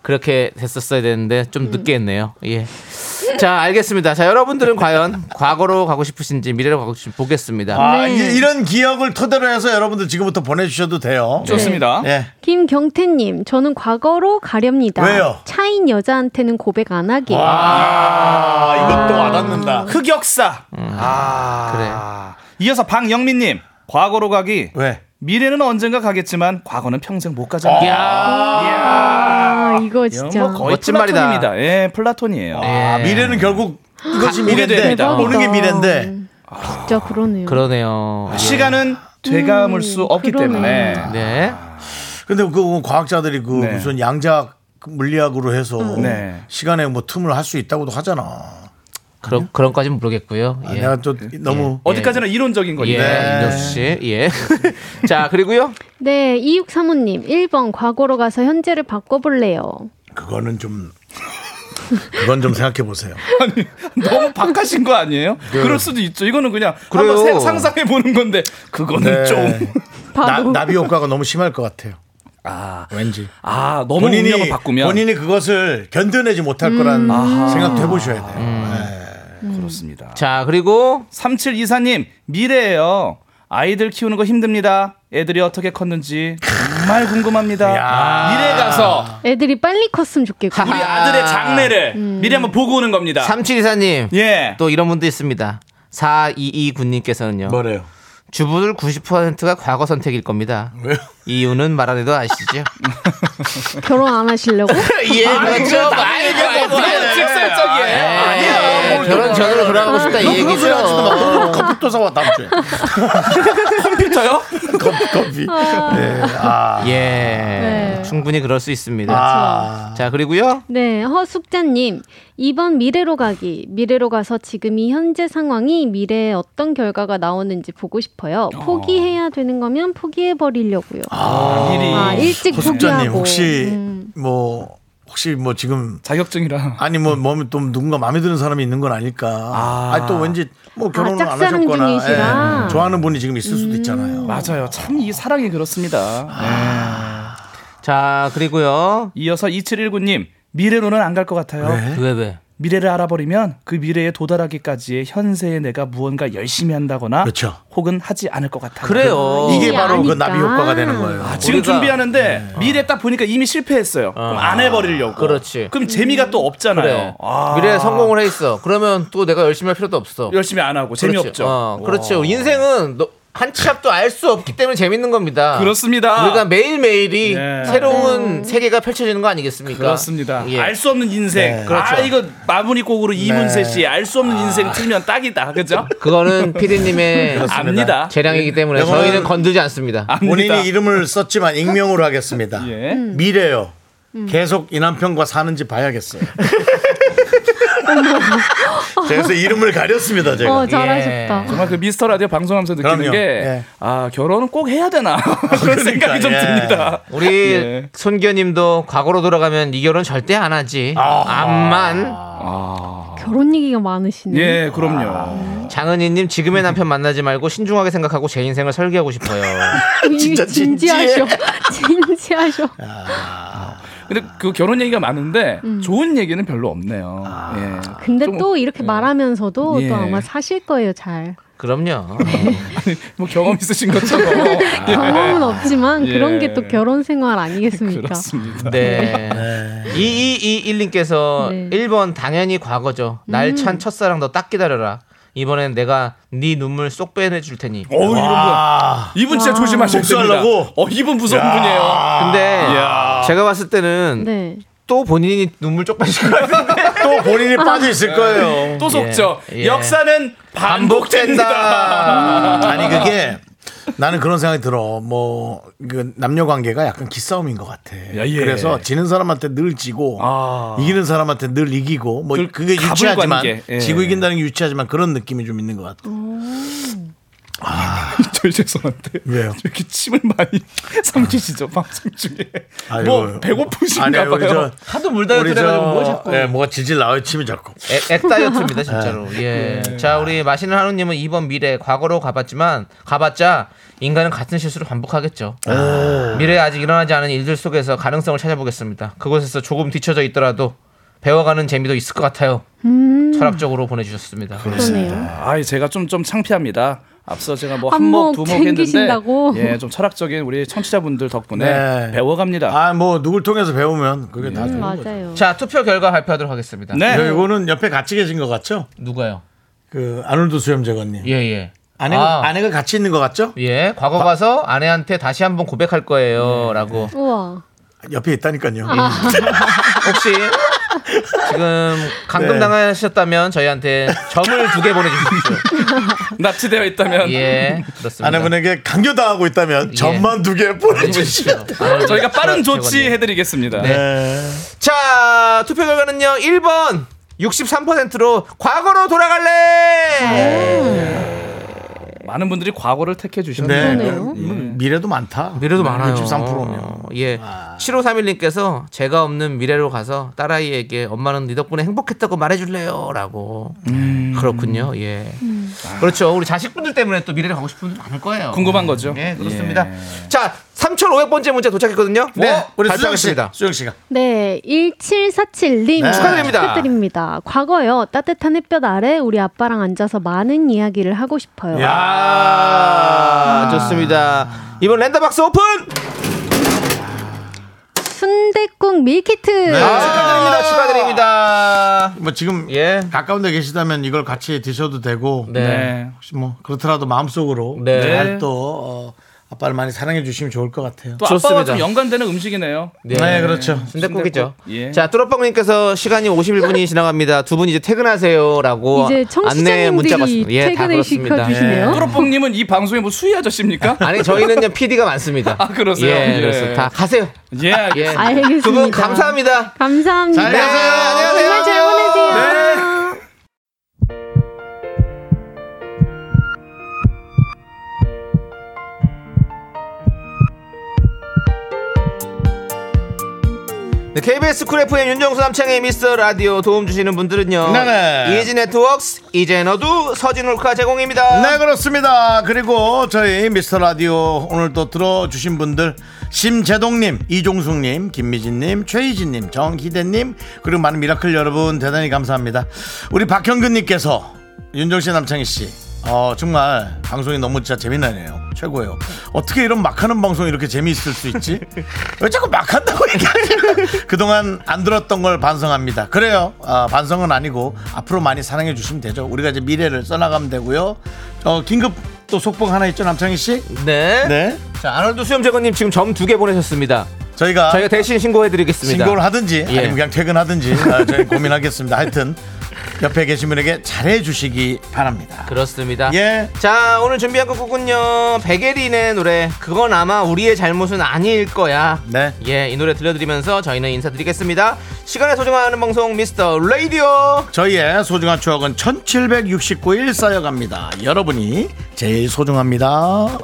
Speaker 2: 그렇게 됐었어야 되는데
Speaker 4: 음.
Speaker 2: 좀 늦게 했네요. 예. 자, 알겠습니다. 자, 여러분들은 과연 과거로 가고 싶으신지 미래로 가고 싶으신지 보겠습니다.
Speaker 1: 아,
Speaker 5: 네.
Speaker 1: 이- 이런 기억을 토대로 해서 여러분들 지금부터 보내주셔도 돼요.
Speaker 4: 좋습니다.
Speaker 1: 예.
Speaker 5: 김경태님, 저는 과거로 가렵니다.
Speaker 1: 왜요?
Speaker 5: 차인 여자한테는 고백 안 하기.
Speaker 1: 아, 이것도 와닿는다.
Speaker 4: 흑역사. 아. 이어서 박영민 님. 과거로 가기.
Speaker 1: 왜?
Speaker 4: 미래는 언젠가 가겠지만 과거는 평생 못 가잖아요.
Speaker 5: 아, 이거 진짜.
Speaker 4: 뭐 거의
Speaker 2: 멋진
Speaker 4: 플라톤입니다.
Speaker 2: 말이다.
Speaker 4: 예, 플라톤이에요.
Speaker 1: 아, 미래는 결국 이것이
Speaker 4: 보게
Speaker 1: 미래인데
Speaker 4: 됩니다.
Speaker 1: 보는 네, 게 미래인데
Speaker 5: 음, 진짜 그러네요.
Speaker 2: 그러네요. 예.
Speaker 4: 아, 시간은 되감을 수 없기
Speaker 5: 음, 그러네.
Speaker 4: 때문에
Speaker 2: 네.
Speaker 4: 아.
Speaker 1: 근데 그 과학자들이 그
Speaker 4: 네.
Speaker 1: 무슨 양자 물리학으로 해서
Speaker 4: 네.
Speaker 1: 시간에 뭐 틈을 할 수 있다고도 하잖아.
Speaker 2: 그런 그런까지는 모르겠고요.
Speaker 1: 아,
Speaker 2: 예.
Speaker 1: 내가 또 너무
Speaker 4: 어디까지나 이론적인
Speaker 2: 예,
Speaker 4: 건데.
Speaker 2: 네. 역시 예. 자, 그리고요.
Speaker 5: 네, 2635님, 1번 과거로 가서 현재를 바꿔볼래요.
Speaker 1: 그거는 좀 그건 좀 생각해 보세요.
Speaker 4: 너무 바깥인 거 아니에요?
Speaker 1: 네.
Speaker 4: 그럴 수도 있죠. 이거는 그냥
Speaker 2: 그래요.
Speaker 4: 한번 상상해 보는 건데 그거는
Speaker 1: 네.
Speaker 4: 좀
Speaker 1: 나,
Speaker 5: 바로.
Speaker 1: 나비 효과가 너무 심할 것 같아요.
Speaker 4: 아,
Speaker 1: 왠지
Speaker 4: 아, 너무 운명을 바꾸면 음.
Speaker 1: 본인이 그것을 견뎌내지 못할 거란 생각도 해보셔야 돼요. 네.
Speaker 4: 그렇습니다.
Speaker 2: 자, 그리고
Speaker 4: 3724님, 미래예요. 아이들 키우는 거 힘듭니다. 애들이 어떻게 컸는지 정말 궁금합니다.
Speaker 1: 야.
Speaker 4: 미래 가서
Speaker 5: 애들이 빨리 컸으면 좋겠고.
Speaker 4: 우리 아들의 장래를 미리 한번 보고 오는 겁니다.
Speaker 2: 3724님.
Speaker 4: 예.
Speaker 2: 또 이런 분도 있습니다. 4229 군님께서는요.
Speaker 1: 뭐래요?
Speaker 2: 주부들 90%가 과거 선택일 겁니다.
Speaker 1: 왜요?
Speaker 2: 이유는 말 안 해도 아시죠?
Speaker 5: 결혼 안 하시려고?
Speaker 2: 예, 그렇죠. 아이고, 아이고, 아이고.
Speaker 4: 직설적이에요.
Speaker 2: 예, 결혼 전으로 돌아가고 싶다 이
Speaker 1: 그거 소리 하지도 마.
Speaker 2: 얘기죠.
Speaker 5: 어.
Speaker 1: 또 커피 또 사와 다음 주에.
Speaker 4: 컴퓨터요?
Speaker 1: 커피 커피. 네. 아.
Speaker 2: 예,
Speaker 5: 네.
Speaker 2: 충분히 그럴 수 있습니다.
Speaker 1: 아.
Speaker 2: 자, 그리고요.
Speaker 5: 네, 허숙자님, 2번 미래로 가기. 미래로 가서 지금 이 현재 상황이 미래에 어떤 결과가 나오는지 보고 싶어요. 포기해야 되는 거면 포기해버리려고요. 아,
Speaker 4: 미리
Speaker 5: 일찍
Speaker 1: 호숙자님
Speaker 5: 포기하고.
Speaker 1: 혹시
Speaker 5: 음.
Speaker 1: 뭐 혹시 뭐 지금
Speaker 4: 자격증이랑
Speaker 1: 아니 뭐 몸에 또 누군가 마음에 드는 사람이 있는 건 아닐까. 아. 니또 왠지 뭐 결혼을 안
Speaker 5: 짝사랑
Speaker 1: 하셨거나 예,
Speaker 5: 중이시라. 음.
Speaker 1: 좋아하는 분이 지금 있을 수도 있잖아요.
Speaker 4: 맞아요. 참 이 사랑이 그렇습니다.
Speaker 2: 자, 그리고요.
Speaker 4: 이어서 2719님 미래로는 안 갈 것 같아요.
Speaker 1: 왜?
Speaker 2: 왜 왜?
Speaker 4: 미래를 알아버리면 그 미래에 도달하기까지의 현세의 내가 무언가 열심히 한다거나
Speaker 1: 그렇죠.
Speaker 4: 혹은 하지 않을 것 같아요.
Speaker 2: 그래요.
Speaker 1: 이게 바로 그
Speaker 5: 아니까.
Speaker 1: 나비 효과가 되는 거예요.
Speaker 4: 아, 지금
Speaker 2: 우리가-
Speaker 4: 준비하는데 미래 딱 보니까 이미 실패했어요. 그럼 안 해버리려고.
Speaker 2: 그렇지.
Speaker 4: 그럼 재미가 또 없잖아요.
Speaker 2: 아. 음. 그래.
Speaker 4: 아,
Speaker 2: 미래에 성공을 해 있어. 그러면 또 내가 열심히 할 필요도 없어.
Speaker 4: 열심히 안 하고 재미없죠.
Speaker 2: 그렇지. 어, 그렇죠. 인생은 너- 한 치앞도 알 수 없기 때문에 재밌는 겁니다.
Speaker 4: 그렇습니다.
Speaker 2: 우리가 매일 매일이
Speaker 4: 아. 네.
Speaker 2: 새로운 세계가 펼쳐지는 거 아니겠습니까?
Speaker 4: 그렇습니다.
Speaker 2: 예. 그렇죠.
Speaker 4: 알 수 없는 인생. 아 이거 마무리 곡으로
Speaker 2: 네.
Speaker 4: 이문세 씨 알 수
Speaker 2: 아.
Speaker 4: 없는 인생 틀면 딱이다. 그죠?
Speaker 2: 그거는 피디님의
Speaker 4: 압니다. 예. 아,
Speaker 2: 재량이기 때문에
Speaker 1: 영어는-
Speaker 2: 저희는 건들지 않습니다.
Speaker 4: 압니다.
Speaker 1: 본인이 이름을 썼지만 익명으로 하겠습니다.
Speaker 4: 예.
Speaker 1: 미래요. 계속 이 남편과 사는지 봐야겠어요. 그래서 이름을 가렸습니다 제가.
Speaker 5: 어, 잘하셨다.
Speaker 4: 정말 그 미스터 라디오 방송하면서
Speaker 1: 그럼요.
Speaker 4: 느끼는
Speaker 1: 예.
Speaker 4: 게
Speaker 1: 아,
Speaker 4: 아 결혼은 꼭 해야 되나 그런 생각이 좀
Speaker 1: 예.
Speaker 4: 듭니다.
Speaker 2: 우리
Speaker 4: 예.
Speaker 2: 손견님도 과거로 돌아가면 이 결혼 절대 안 하지.
Speaker 4: 아.
Speaker 2: 암만
Speaker 5: 결혼 얘기가 많으시네.
Speaker 4: 예,
Speaker 1: 아.
Speaker 4: 그럼요.
Speaker 2: 장은희님 지금의 남편 만나지 말고 신중하게 생각하고 제 인생을 설계하고 싶어요.
Speaker 5: 진짜 진지하셔. 진지하셔.
Speaker 4: 근데 그 결혼 얘기가 많은데 좋은 얘기는 별로 없네요.
Speaker 1: 아.
Speaker 4: 예.
Speaker 5: 근데
Speaker 4: 좀-
Speaker 5: 또 이렇게 말하면서도
Speaker 4: 예.
Speaker 5: 또 아마 사실 거예요, 잘.
Speaker 2: 그럼요.
Speaker 4: 뭐 경험 있으신 것처럼
Speaker 1: 아.
Speaker 5: 경험은 없지만
Speaker 4: 예.
Speaker 5: 그런 게 또 결혼 생활 아니겠습니까?
Speaker 4: 그렇습니다.
Speaker 2: 네. 2221님께서
Speaker 5: 네.
Speaker 2: 1번 당연히 과거죠. 날 찬 첫사랑 너 딱 기다려라. 이번엔 내가 네 눈물 쏙 빼내줄 테니.
Speaker 4: 어우 이런 분
Speaker 1: 아,
Speaker 4: 이분 진짜 조심하셔야 됩니다.
Speaker 1: 복수하려고?
Speaker 4: 어 이분 무서운 분이에요.
Speaker 2: 근데
Speaker 4: 이야.
Speaker 2: 제가 봤을 때는
Speaker 5: 네.
Speaker 2: 또 본인이 눈물 쪽 빠질 것 같은데.
Speaker 1: 또 본인이 빠져 있을 거예요.
Speaker 4: 또 속죠.
Speaker 2: 예. 아.
Speaker 4: 역사는 반복된다.
Speaker 1: 아니 그게 나는 그런 생각이 들어. 뭐 그 남녀 관계가 약간 기싸움인 것 같아.
Speaker 4: 야, 예.
Speaker 1: 그래서 지는 사람한테 늘 지고
Speaker 4: 아.
Speaker 1: 이기는 사람한테 늘 이기고 뭐
Speaker 4: 그
Speaker 1: 그게
Speaker 4: 갑을
Speaker 1: 유치하지만
Speaker 4: 관계. 예.
Speaker 1: 지고 이긴다는 게 유치하지만 그런 느낌이 좀 있는 것 같아.
Speaker 4: 저 죄송한데
Speaker 1: 왜요?
Speaker 4: 이렇게 침을 많이 삼키시죠 방송 중에
Speaker 1: 아이고.
Speaker 4: 뭐 배고프신가
Speaker 1: 아니요, 우리
Speaker 4: 봐요.
Speaker 1: 저-
Speaker 2: 하도 물다
Speaker 1: 우리
Speaker 2: 들어가지고 뭐
Speaker 1: 저
Speaker 2: 자꾸.
Speaker 1: 예, 뭐가 질질 나와요 침이 자꾸.
Speaker 2: 액- 액다이어트입니다 진짜로. 예. 자 우리 마시는 하루님은 2번 미래 과거로 가봤지만 가봤자 인간은 같은 실수를 반복하겠죠. 미래에 아직 일어나지 않은 일들 속에서 가능성을 찾아보겠습니다. 그곳에서 조금 뒤쳐져 있더라도 배워가는 재미도 있을 것 같아요. 철학적으로 보내주셨습니다.
Speaker 5: 그러네요.
Speaker 4: 아, 제가 좀 좀 창피합니다. 앞서 제가 뭐
Speaker 5: 한몫
Speaker 4: 한몫 두몫 했는데
Speaker 5: 챙기신다고?
Speaker 4: 예, 좀 철학적인 우리 청취자분들 덕분에
Speaker 1: 네.
Speaker 4: 배워갑니다.
Speaker 1: 아 뭐 누굴 통해서 배우면 그게 다 좋은 거죠.
Speaker 5: 음, 맞아요.
Speaker 2: 자 투표 결과 발표하도록 하겠습니다.
Speaker 4: 네.
Speaker 1: 저 이거는 옆에 같이 계신 것 같죠?
Speaker 2: 누가요?
Speaker 1: 그 아놀드 수염재건님.
Speaker 2: 예예.
Speaker 1: 아내가
Speaker 2: 아.
Speaker 1: 아내가 같이 있는 것 같죠?
Speaker 2: 예, 과거 가서 아내한테 다시 한번 고백할
Speaker 1: 네,
Speaker 2: 거예요라고.
Speaker 5: 우와.
Speaker 1: 옆에 있다니까요.
Speaker 2: 혹시 지금 감금
Speaker 1: 네.
Speaker 2: 당하셨다면 저희한테 점을 두 개 보내주십시오.
Speaker 4: 납치되어 있다면
Speaker 2: 예, 그렇습니다.
Speaker 1: 아내분에게 강요당하고
Speaker 2: 예.
Speaker 1: 있다면 점만 두 개 보내주시오.
Speaker 2: 아,
Speaker 4: 저희가 빠른
Speaker 2: 최고네요.
Speaker 4: 조치 해드리겠습니다.
Speaker 2: 네.
Speaker 1: 예.
Speaker 2: 자, 투표 결과는요. 1번 63%로 과거로
Speaker 5: 네.
Speaker 2: 돌아갈래.
Speaker 4: 많은 분들이 과거를 택해
Speaker 1: 네.
Speaker 4: 주셨네요.
Speaker 5: 그러네요.
Speaker 1: 음, 미래도 많다.
Speaker 2: 미래도 많아요.
Speaker 1: 63%면.
Speaker 2: 예. 7531님께서 제가 없는 미래로 가서 딸아이에게 엄마는 네 덕분에 행복했다고 말해줄래요라고. 그렇군요. 예. 그렇죠. 우리 자식분들 때문에 또 미래를 가고 싶은 분들 많을 거예요.
Speaker 4: 궁금한 거죠.
Speaker 2: 예, 그렇습니다. 자, 3,500번째 문제 도착했거든요.
Speaker 1: 네.
Speaker 2: 어,
Speaker 1: 우리 수정 씨.
Speaker 2: 발표하겠습니다.
Speaker 1: 수정 씨가.
Speaker 5: 네, 1747님
Speaker 1: 네.
Speaker 2: 축하드립니다.
Speaker 5: 축하드립니다. 과거요 따뜻한 햇볕 아래 우리 아빠랑 앉아서 많은 이야기를 하고 싶어요.
Speaker 2: 아, 좋습니다. 이번 랜덤박스 오픈!
Speaker 5: 순대국 밀키트.
Speaker 1: 네.
Speaker 2: 아, 축하드립니다. 축하드립니다.
Speaker 1: 뭐 지금
Speaker 2: 예.
Speaker 1: 가까운 데 계시다면 이걸 같이 드셔도 되고
Speaker 2: 네.
Speaker 4: 네.
Speaker 1: 혹시 뭐 그렇더라도 마음속으로
Speaker 2: 네.
Speaker 1: 잘또 어, 아빠를 많이 사랑해 주시면 좋을 것 같아요.
Speaker 4: 또 아빠와
Speaker 2: 좋습니다.
Speaker 4: 좀 연관되는 음식이네요.
Speaker 1: 네, 그렇죠.
Speaker 2: 순대국이죠.
Speaker 4: 순댓국. 예.
Speaker 2: 자, 뚜러뻥님께서 시간이 51분이 지나갑니다. 두 분 이제 퇴근하세요라고
Speaker 5: 이제
Speaker 2: 안내 문자
Speaker 5: 청취자님들이
Speaker 2: 왔습니다. 예, 다
Speaker 5: 퇴근을
Speaker 2: 그렇습니다. 예.
Speaker 5: 시켜주시네요.
Speaker 4: 뚜로뽕님은 이 방송에 뭐 수희 아저씨입니까?
Speaker 2: 아니 저희는요 PD가 많습니다.
Speaker 4: 아, 그러세요?
Speaker 2: 예,
Speaker 4: 예.
Speaker 2: 그래서 다 가세요.
Speaker 1: 아,
Speaker 4: 예,
Speaker 2: 예.
Speaker 5: 알겠습니다.
Speaker 2: 두 분 감사합니다.
Speaker 1: 잘
Speaker 5: 감사합니다.
Speaker 1: 가세요. 안녕하세요.
Speaker 5: 네.
Speaker 1: 네.
Speaker 5: 정말 잘
Speaker 2: 네.
Speaker 5: 보내세요.
Speaker 2: 네, KBS 쿨 FM 윤정수 남창의 미스터 라디오 도움 주시는 분들은요.
Speaker 1: 네네.
Speaker 2: 이지 네트워크스, 이젠어두, 서진올카 제공입니다.
Speaker 1: 네 그렇습니다. 그리고 저희 미스터 라디오 오늘 또 들어주신 분들 심재동님, 이종숙님, 김미진님, 최희진님, 정희대님 그리고 많은 미라클 여러분 대단히 감사합니다. 우리 박형근님께서 윤정씨 남창희 씨. 어 정말 방송이 너무 진짜 재미나네요 최고예요 어떻게 이런 막하는 방송이 이렇게 재미있을 수 있지 왜 자꾸 막한다고 얘기하지 그동안 안 들었던 걸 반성합니다 그래요 아, 반성은 아니고 앞으로 많이 사랑해 주시면 되죠 우리가 이제 미래를 써나가면 되고요 어 긴급 또 속보 하나 있죠 남창희 씨
Speaker 2: 네.
Speaker 1: 네.
Speaker 2: 자, 아놀드 수염제거님 지금 점 두 개 보내셨습니다.
Speaker 1: 저희가
Speaker 2: 저희가 대신 신고해드리겠습니다.
Speaker 1: 아. 신고를 하든지
Speaker 2: 예.
Speaker 1: 아니면 그냥 퇴근하든지 아, 저희 고민하겠습니다. 하여튼 옆에 계신 분에게 잘해 주시기 바랍니다.
Speaker 2: 그렇습니다.
Speaker 1: 예.
Speaker 2: 자, 오늘 준비한 곡은요. 백예린의 노래. 그건 아마 우리의 잘못은 아닐 거야.
Speaker 1: 네.
Speaker 2: 예, 이 노래 들려드리면서 저희는 인사드리겠습니다. 시간에 소중한 방송 미스터 라디오.
Speaker 1: 저희의 소중한 추억은 1769일 쌓여갑니다. 여러분이 제일 소중합니다.